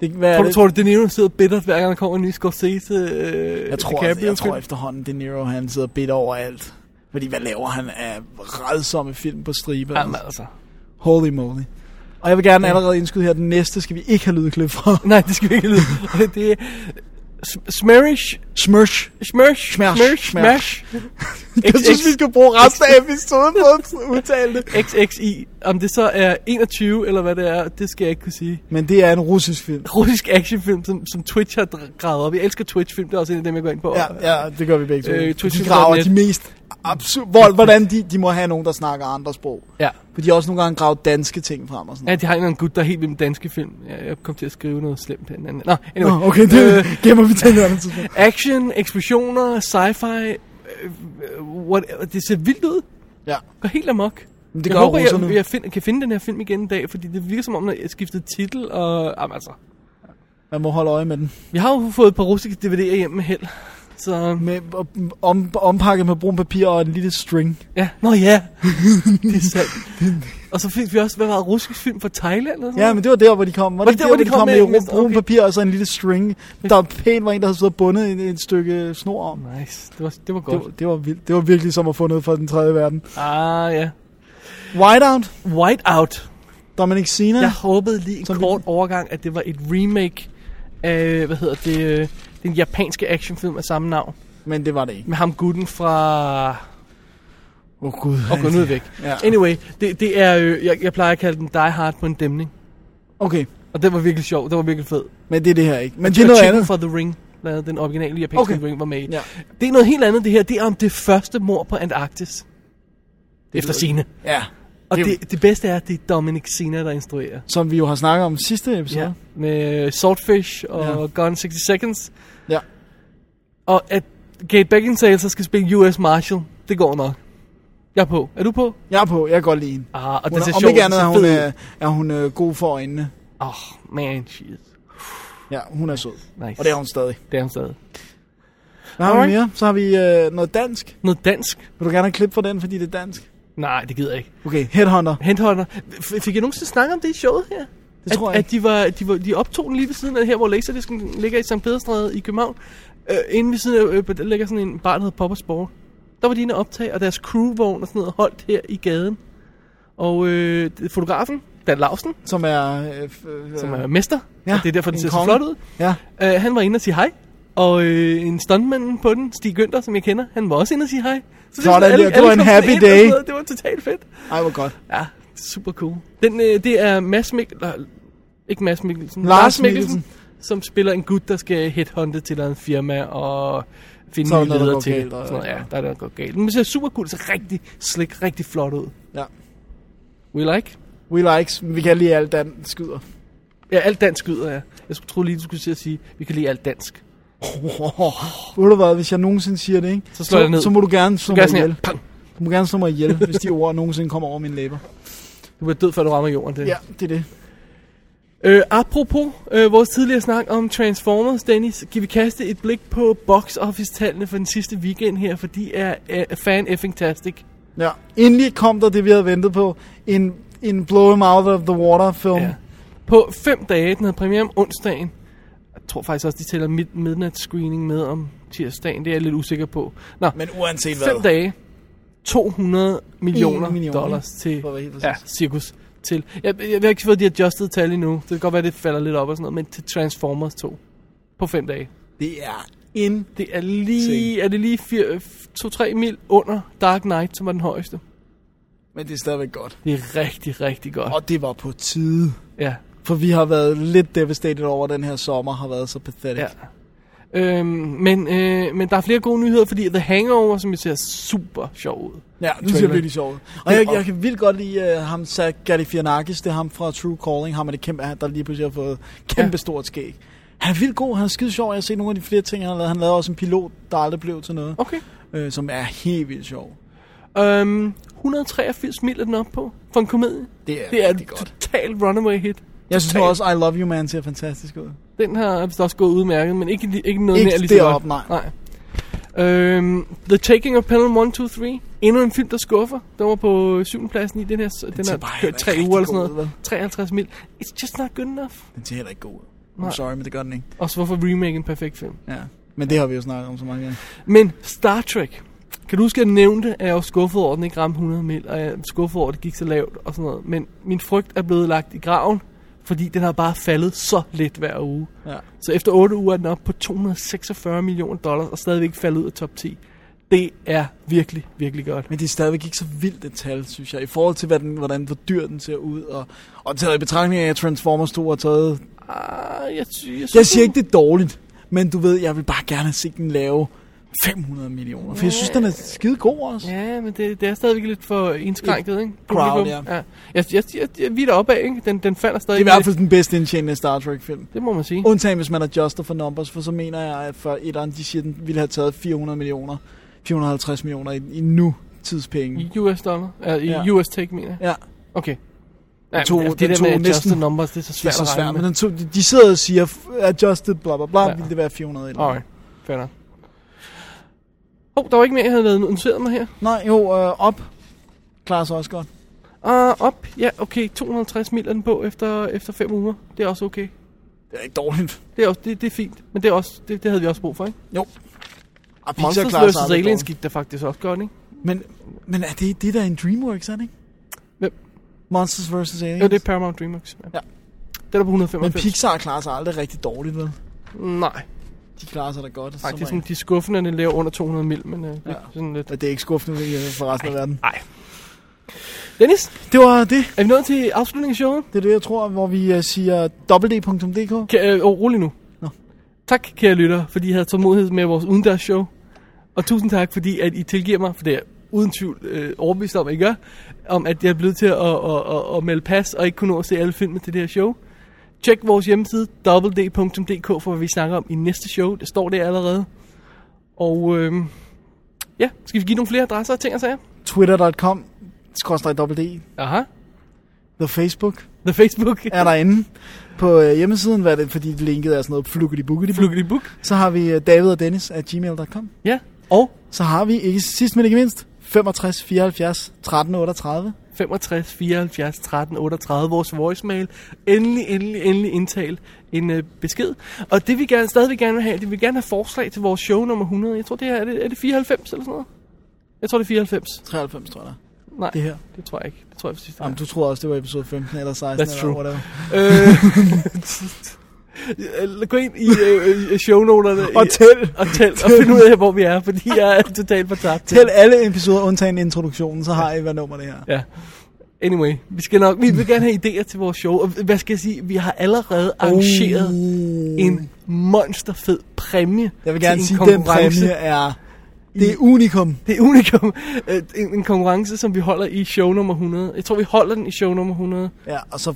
S2: Det, kan- hvad
S4: tror,
S2: er
S4: du,
S2: det?
S4: tror du, De Niro sidder bittert, hver gang der kommer en ny Scorsese? Øh,
S2: Jeg tror,
S4: DiCaprio-film?
S2: jeg tror efterhånden, De Niro han sidder bidt over alt. Fordi hvad laver han af redsomme film på stribe?
S4: Jamen, altså.
S2: Holy moly. Og jeg vil gerne
S4: Ja.
S2: allerede indskyde her, den næste skal vi ikke have lydklip fra.
S4: Nej, det skal vi ikke have lyd. det er S- Smerish.
S2: Smørsh.
S4: Smørsh.
S2: Smash.
S4: Smørsh.
S2: Smash.
S4: Smash.
S2: Jeg synes, vi skal bruge resten af episoden på at udtale det.
S4: XXI. Om det så er 21, eller hvad det er, det skal jeg ikke kunne sige.
S2: Men det er en russisk film.
S4: Russisk actionfilm, som, som Twitch har dr- gravet op. Jeg elsker Twitch-film, det er også en af dem, jeg går ind på.
S2: Ja, ja, det gør vi begge to.
S4: Øh, Twitch
S2: de graver
S4: net.
S2: de mest absurd... Hvor, hvordan de, de må have nogen, der snakker andre sprog.
S4: Ja.
S2: For de har også nogle gange gravet danske ting frem og sådan
S4: Ja, de har en eller anden gut, der er helt vild med danske film. Jeg, jeg kom til at skrive noget slemt her. den anden- Nå, anyway. Øh,
S2: Nå, okay, det gemmer vi til en anden tidspunkt.
S4: Action, eksplosioner, sci-fi. Øh, what, det ser vildt ud.
S2: Ja.
S4: Går helt amok.
S2: Men det
S4: jeg
S2: gør
S4: håber,
S2: russerne.
S4: jeg, jeg find, kan finde den her film igen en dag, fordi det virker som om, at jeg skiftede titel. Og, jamen, altså.
S2: Man må holde øje med den.
S4: Jeg har jo fået et par russiske DVD'er hjem med held. Så...
S2: Med, om, ompakket med brun papir og en lille string.
S4: Ja, nå ja. det er sandt. Og så fik vi også, hvad var det, russisk film fra Thailand? Eller sådan
S2: Ja,
S4: noget?
S2: men det var der, hvor de kom. Var
S4: Var det der, hvor de kom med-
S2: med,
S4: med-
S2: brun papir og så en lille string? Der pænt var en, der havde siddet og bundet en, et stykke snor om.
S4: Nice, det var, det var
S2: Det,
S4: godt.
S2: var- det, var vildt. det var virkelig som at få noget fra den tredje verden.
S4: Ah, ja.
S2: Whiteout.
S4: Whiteout.
S2: Dominic Sina.
S4: Jeg håbede lige en kort overgang, at det var et remake af, hvad hedder det, øh, den japanske actionfilm af samme navn.
S2: Men det var det ikke.
S4: Med ham gutten fra...
S2: Åh oh, gud.
S4: Og gå nu er det væk.
S2: Ja.
S4: Ja. Anyway, det, det er jo, jeg, jeg plejer at kalde den Die Hard på en dæmning.
S2: Okay.
S4: Og den var virkelig sjov, den var virkelig fed.
S2: Men det er det her ikke. Men
S4: Og
S2: det er noget
S4: chicken
S2: andet.
S4: fra The Ring, lavede den originale japanske
S2: Okay.
S4: okay. Ring var med i.
S2: Ja.
S4: Det er noget helt andet det her, det er om det første mor på Antarktis. Det Efter
S2: lyder-
S4: sine.
S2: Ja.
S4: Og
S2: Det-
S4: det, det, bedste er, at det er Dominic Sina, der instruerer.
S2: Som vi jo har snakket om i sidste episode.
S4: Ja, med øh, Swordfish og ja. Gone 60 Seconds.
S2: Ja.
S4: Og at Kate Beckinsale så skal spille US Marshal, det går nok. Jeg er på. Er du på?
S2: Jeg er på. Jeg kan godt lide hende.
S4: Ah, og det
S2: Hun er-
S4: ser
S2: om
S4: sjovt,
S2: ikke andet
S4: det
S2: er
S4: ser
S2: hun,
S4: fedt
S2: er, er hun øh, god for øjnene.
S4: Åh, oh, man, she is.
S2: Ja, hun er sød.
S4: Nice.
S2: Og det er hun stadig.
S4: Det er hun stadig.
S2: Hvad har vi
S4: Alright.
S2: mere? Så har vi øh, noget dansk.
S4: Noget dansk?
S2: Vil du gerne have klip fra den, fordi det er dansk?
S4: Nej, det gider jeg ikke.
S2: Okay, Headhunter.
S4: Headhunter. F- fik jeg nogensinde snakket om det i showet her?
S2: Det tror
S4: at,
S2: jeg
S4: at de, var, de, var, de optog den lige ved siden af her, hvor Laserdisken ligger i St. Pederstræde i København. Øh, inde ved siden af, øh, der ligger sådan en bar, der hedder Poppers Borg. Der var de inde og optage, og deres crewvogn og sådan noget holdt her i gaden. Og øh, fotografen, Dan Lausen,
S2: Som er... Øh, f- øh,
S4: som er mester,
S2: Ja,
S4: ja, og det er derfor, den
S2: en
S4: ser
S2: konge.
S4: så flot ud.
S2: Ja.
S4: Øh, han var inde og sige hej. Og øh, en stuntmand på den, Stig Günther, som jeg kender, han var også inde og sige hej. Så
S2: Sådan
S4: sådan, alle-
S2: der, det
S4: alle
S2: var en
S4: kom sådan
S2: happy
S4: ind og sådan
S2: day.
S4: noget. Det var totalt fedt.
S2: Ej, hvor godt.
S4: Ja, super cool. Den, øh, det er Mads Mikkelsen, ikke Mads Mikkelsen,
S2: Lars
S4: Lars, Lars Mikkelsen, som spiller en gut, der skal headhunte til et firma og finde
S2: Så er der
S4: nye
S2: noget, der
S4: ledere
S2: går
S4: til.
S2: galt, og-
S4: og, sådan noget. Ja, der er noget, der går galt. Men det ser super cool, det ser rigtig slik, rigtig flot ud.
S2: Ja.
S4: We like?
S2: We likes. Vi kan lide alt dan skyder.
S4: Ja, alt dansk yder jeg. Jeg skulle tro lige, du skulle til at sige, vi kan lide alt dansk.
S2: Ved du hvad, hvis jeg nogensinde siger det, ikke?
S4: Så slår jeg ned.
S2: Så må du gerne slå
S4: Så gør jeg
S2: mig
S4: sådan her.
S2: ihjel.
S4: Pang.
S2: Du må gerne slå mig ihjel, hvis de ord nogensinde kommer over mine læber.
S4: Du bliver død, før du rammer jorden. Det.
S2: Ja, det er det.
S4: Øh, apropos øh, vores tidligere snak om Transformers, Dennis, kan vi kaste et blik på box office-tallene for den sidste weekend her, for de er øh, fan-effing-tastic.
S2: Ja. Endelig kom der det, vi havde ventet på. En, en blow him out of the water film. Ja.
S4: På fem dage, den havde premiere om onsdagen. Jeg tror faktisk også, de tæller mid midnat screening med om tirsdagen. Det er jeg lidt usikker på. Nå,
S2: Men uanset hvad.
S4: fem dage, 200 millioner,
S2: En million,
S4: millioner dollars
S2: ikke?
S4: til
S2: For at være helt præcis.
S4: ja, cirkus. Til. Jeg, jeg, jeg har ikke fået de adjusted tal endnu. Det kan godt være, det falder lidt op og sådan noget, men til Transformers 2 på fem dage.
S2: Det er en...
S4: Det er lige, er det lige 2-3 mil under Dark Knight, som var den højeste.
S2: Men det er stadigvæk godt.
S4: Det er rigtig, rigtig godt.
S2: Og det var på tide.
S4: Ja.
S2: For vi har været lidt devastated over, at den her sommer har været så pathetic.
S4: Ja. Øhm, men, øh, men der er flere gode nyheder, fordi The Hangover, som jeg ser super sjov ud.
S2: Ja, det ser
S4: Trailer.
S2: virkelig sjovt ud. Og jeg, jeg kan vildt godt lide uh, ham, Zach Galifianakis, det er ham fra True Calling, ham er det kæmpe, han- der lige pludselig har fået kæmpe ja. stort skæg. Han er vildt god, han er skide sjov. Jeg har set nogle af de flere ting, han har lavet. Han lavede også en pilot, der aldrig blev til noget.
S4: Okay.
S2: Øh, som er helt vildt sjov.
S4: Øhm, 183 mil er den oppe på for en komedie.
S2: Det er
S4: det er
S2: rigtig
S4: et total runaway hit.
S2: Jeg synes nu
S4: Total.
S2: også, I Love You Man ser fantastisk ud.
S4: Den har vist også gået udmærket, men ikke, ikke noget
S2: Ikke
S4: nær lige så
S2: derop,
S4: godt. nej. Øhm, The Taking of Pelham 1, 2, 3. Endnu en film, der skuffer. Den var på syvende pladsen i den her. Den, den
S2: ser
S4: har
S2: bare
S4: kørt
S2: heller
S4: tre
S2: ikke
S4: uger eller
S2: rigtig
S4: sådan
S2: god ud,
S4: noget. 53 mil. It's just not good enough.
S2: Den ser heller ikke god ud. I'm
S4: Nej.
S2: sorry, men det gør den ikke.
S4: Også hvorfor remake en perfekt film.
S2: Ja. Men det har vi jo snakket om så mange gange.
S4: Men Star Trek. Kan du huske, at jeg nævnte, at jeg var skuffet over, at den ikke ramte 100 mil, og jeg var skuffet over, at det gik så lavt og sådan noget. Men min frygt er blevet lagt i graven, fordi den har bare faldet så lidt hver uge.
S2: Ja.
S4: Så efter 8 uger er den oppe på 246 millioner dollars og stadigvæk faldet ud af top 10. Det er virkelig, virkelig godt.
S2: Men det er stadigvæk ikke så vildt et tal, synes jeg, i forhold til, hvad den, hvordan, hvor dyr den ser ud. Og, og taget i betragtning af, at Transformers 2 har taget...
S4: Ah, jeg, sy- jeg,
S2: Jeg siger ikke, det er dårligt, men du ved, jeg vil bare gerne se den lave 500 millioner. For jeg synes, den er skide god også.
S4: Ja, men det, det er stadigvæk lidt for indskrænket, ikke?
S2: Crowd,
S4: Publikum. ja. Jeg, jeg, jeg, jeg, vi er deroppe af, ikke? Den, den falder
S2: Det
S4: stadig
S2: er i hvert fald den bedste indtjenende Star Trek-film.
S4: Det må man sige.
S2: Undtagen hvis man adjuster for numbers, for så mener jeg, at for etteren, de siger, at den ville have taget 400 millioner, 450 millioner i, i nu tidspenge.
S4: I US dollar? Ja, i
S2: Ja.
S4: US take, mener jeg.
S2: Ja.
S4: Okay.
S2: Den
S4: Ja, men altså, det
S2: den
S4: der med adjusted numbers, det er så svært
S2: det er
S4: at regne
S2: så svært
S4: med.
S2: men den tog, de, de sidder og siger, f- adjusted bla bla bla,
S4: Ja.
S2: ja. ville det være 400 eller
S4: Alright, fair nok. Åh, oh, der var ikke mere, jeg havde været noteret mig her.
S2: Nej, jo, øh, op klarer sig også godt.
S4: Ah, uh, op. Ja, okay. 250 mil er den på efter, efter fem uger. Det er også okay.
S2: Det er ikke dårligt.
S4: Det er, også, det, det er fint. Men det, er også, det, det havde vi også brug for, ikke?
S2: Jo. Og Pixar
S4: Monsters
S2: klarer sig
S4: vs.
S2: aldrig
S4: Aliens
S2: dårligt.
S4: gik der faktisk også godt, ikke?
S2: Men, men er det, det der er en DreamWorks, er det ikke?
S4: Hvem?
S2: Monsters vs. Aliens.
S4: Jo, det er Paramount Dreamworks. Ja. Det er der på 195.
S2: Men Pixar klarer sig aldrig rigtig dårligt, vel?
S4: Nej.
S2: De klarer sig da godt.
S4: Nej,
S2: som
S4: det er sådan,
S2: regel.
S4: de er skuffende, at den laver under 200 mil, men øh, ja.
S2: Ja.
S4: sådan lidt.
S2: Men det er ikke skuffende øh, for resten af verden.
S4: Nej. Dennis?
S2: Det var det.
S4: Er vi nået til afslutningen af showet?
S2: Det er det, jeg tror, hvor vi øh, siger www.dk.
S4: Kan, øh, oh, rolig nu.
S2: Nå.
S4: Tak, kære lytter, fordi I havde tålmodighed med vores udendørs show. Og tusind tak, fordi at I tilgiver mig, for det er jeg uden tvivl øh, overbevist om, at I gør, om at jeg er blevet til at, at, at, at, at melde pas og ikke kunne nå at se alle filmene til det her show. Tjek vores hjemmeside, www.dk, for hvad vi snakker om i næste show. Det står der allerede. Og øhm, ja, skal vi give nogle flere adresser og ting og sager?
S2: Twitter.com. Skorstræk dobbelt D.
S4: Aha.
S2: The Facebook.
S4: The Facebook.
S2: er derinde på øh, hjemmesiden, hvad er det, fordi linket er sådan noget flukkedi bukkedi
S4: Flukkedi-buk.
S2: Så har vi øh, David og Dennis at gmail.com.
S4: Ja, og?
S2: Så har vi, ikke sidst men ikke mindst, 65 74 13 38.
S4: 65 74 13 38, vores voicemail. Endelig, endelig, endelig indtal en øh, besked. Og det vi gerne, stadigvæk gerne vil have, det vi vil gerne have forslag til vores show nummer 100. Jeg tror, det her er det, er det 94 eller sådan noget? Jeg tror, det er 94.
S2: 93, tror jeg.
S4: Nej,
S2: Det her.
S4: det tror jeg ikke. Det tror jeg præcis, det
S2: Jamen, du troede også, det var episode 15 eller 16
S4: That's true.
S2: eller whatever.
S4: Øh, Gå ind i øh, øh, shownoterne i-
S2: Og tæl.
S4: og, tæl, og find ud af, hvor vi er, fordi jeg er totalt fortabt.
S2: Tæl alle episoder undtagen introduktionen, så har I, hvad nummer det her.
S4: Ja. Anyway, vi skal nok, vi vil gerne have idéer til vores show. Og hvad skal jeg sige, vi har allerede arrangeret
S2: Oh.
S4: en monsterfed præmie.
S2: Mm. Uh. Jeg vil
S4: til
S2: gerne
S4: en
S2: sige, at den
S4: konkurrence.
S2: præmie er... Det er unikum.
S4: Det er unikum. Øh, En, en konkurrence, som vi holder i show nummer 100. Jeg tror, vi holder den i show nummer 100.
S2: Ja, og så...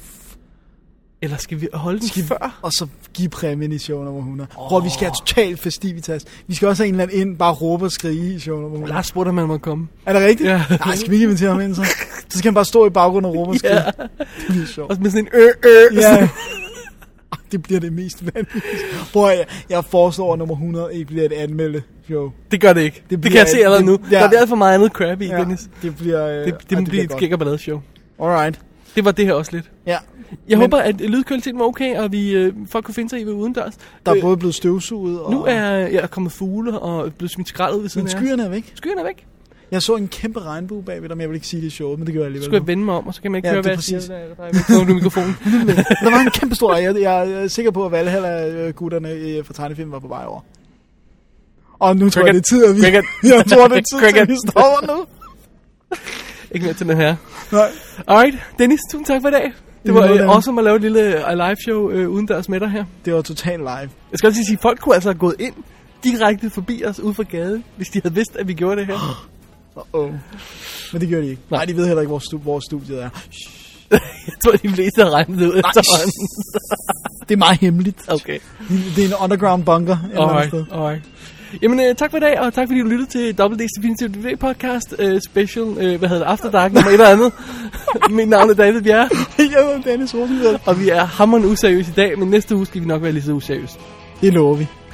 S4: Eller skal vi holde den
S2: Skal vi-
S4: før?
S2: Og så give præmien i show nummer 100. Oh. Hvor vi skal have total festivitas. Vi skal også have en eller anden ind, bare råbe og skrige i show nummer 100.
S4: Lars spurgte, om han måtte komme.
S2: Er det rigtigt?
S4: Ja.
S2: Nej, skal vi ikke invitere ham ind så? Så skal han bare stå i baggrunden og råbe og skrive.
S4: Ja.
S2: Det bliver sjovt.
S4: Og med sådan en øh, øh.
S2: Ja.
S4: sådan-
S2: Ej, Det bliver det mest vanvittige. Prøv at jeg, jeg foreslår, at nummer 100 ikke bliver et anmelde show.
S4: Det gør det ikke. Det, det kan
S2: bliver-
S4: jeg se allerede nu.
S2: ja.
S4: Der er alt for meget andet crappy i,
S2: Ja,
S4: Dennis.
S2: det bliver... Øh,
S4: Det, det, det, det bliver et skæg og ballade show.
S2: Alright.
S4: Det var det her også lidt.
S2: Ja.
S4: Jeg
S2: Men-
S4: håber, at lydkvaliteten var okay, og vi øh, folk kunne finde sig i ved udendørs.
S2: Der er
S4: Øh,
S2: både blevet støvsuget, og
S4: Nu er jeg er kommet fugle og blevet smidt skraldet ved siden
S2: men
S4: af.
S2: skyerne er væk.
S4: Skyerne er væk.
S2: Jeg så en kæmpe regnbue bagved dig, men jeg vil ikke sige det i showet, men det gør jeg
S4: Så
S2: alligevel.
S4: skulle jeg
S2: nu.
S4: vende mig om, og så kan man ikke
S2: Ja,
S4: høre,
S2: det
S4: hvad
S2: er
S4: jeg siger.
S2: præcis.
S4: Der, der er væk under mikrofonen.
S2: Der var en kæmpe stor... Jeg, jeg, jeg er øh, sikker på, at Valhall af gutterne øh, fra tegnefilm var på vej over. Og nu tror jeg, det er tid, at vi...
S4: Cricket.
S2: Jeg tror, det er tid,
S4: Cricket.
S2: at vi stopper nu.
S4: ikke mere til den her.
S2: Nej.
S4: Alright, Dennis, tusind tak for i dag. Det var
S2: måde,
S4: øh,
S2: Dan.
S4: awesome at lave et lille øh, live-show øh, udendørs med dig her.
S2: Det var totalt live.
S4: Jeg skal også lige sige, at folk kunne altså have gået ind direkte forbi os ude fra gaden, hvis de havde vidst, at vi gjorde det her.
S2: Uh-oh. Men det gjorde de ikke. Nej, de ved heller ikke, hvor, stu- hvor studiet er.
S4: Jeg tror, de fleste har regnet det ud efterhånden.
S2: Det er meget hemmeligt.
S4: Okay.
S2: Det er en underground bunker. et Eller andet
S4: Alright,
S2: sted.
S4: alright. Jamen, øh, tak for i dag, og tak fordi du lyttede til Double D's Definitive DVD podcast øh, special, øh, hvad hedder det, After Dark, nummer et eller andet. Mit navn er David Bjerre.
S2: Jeg hedder Dennis Rosenberg.
S4: Og vi er hammeren useriøse i dag, men næste uge skal vi nok være lige så useriøse.
S2: Det lover vi.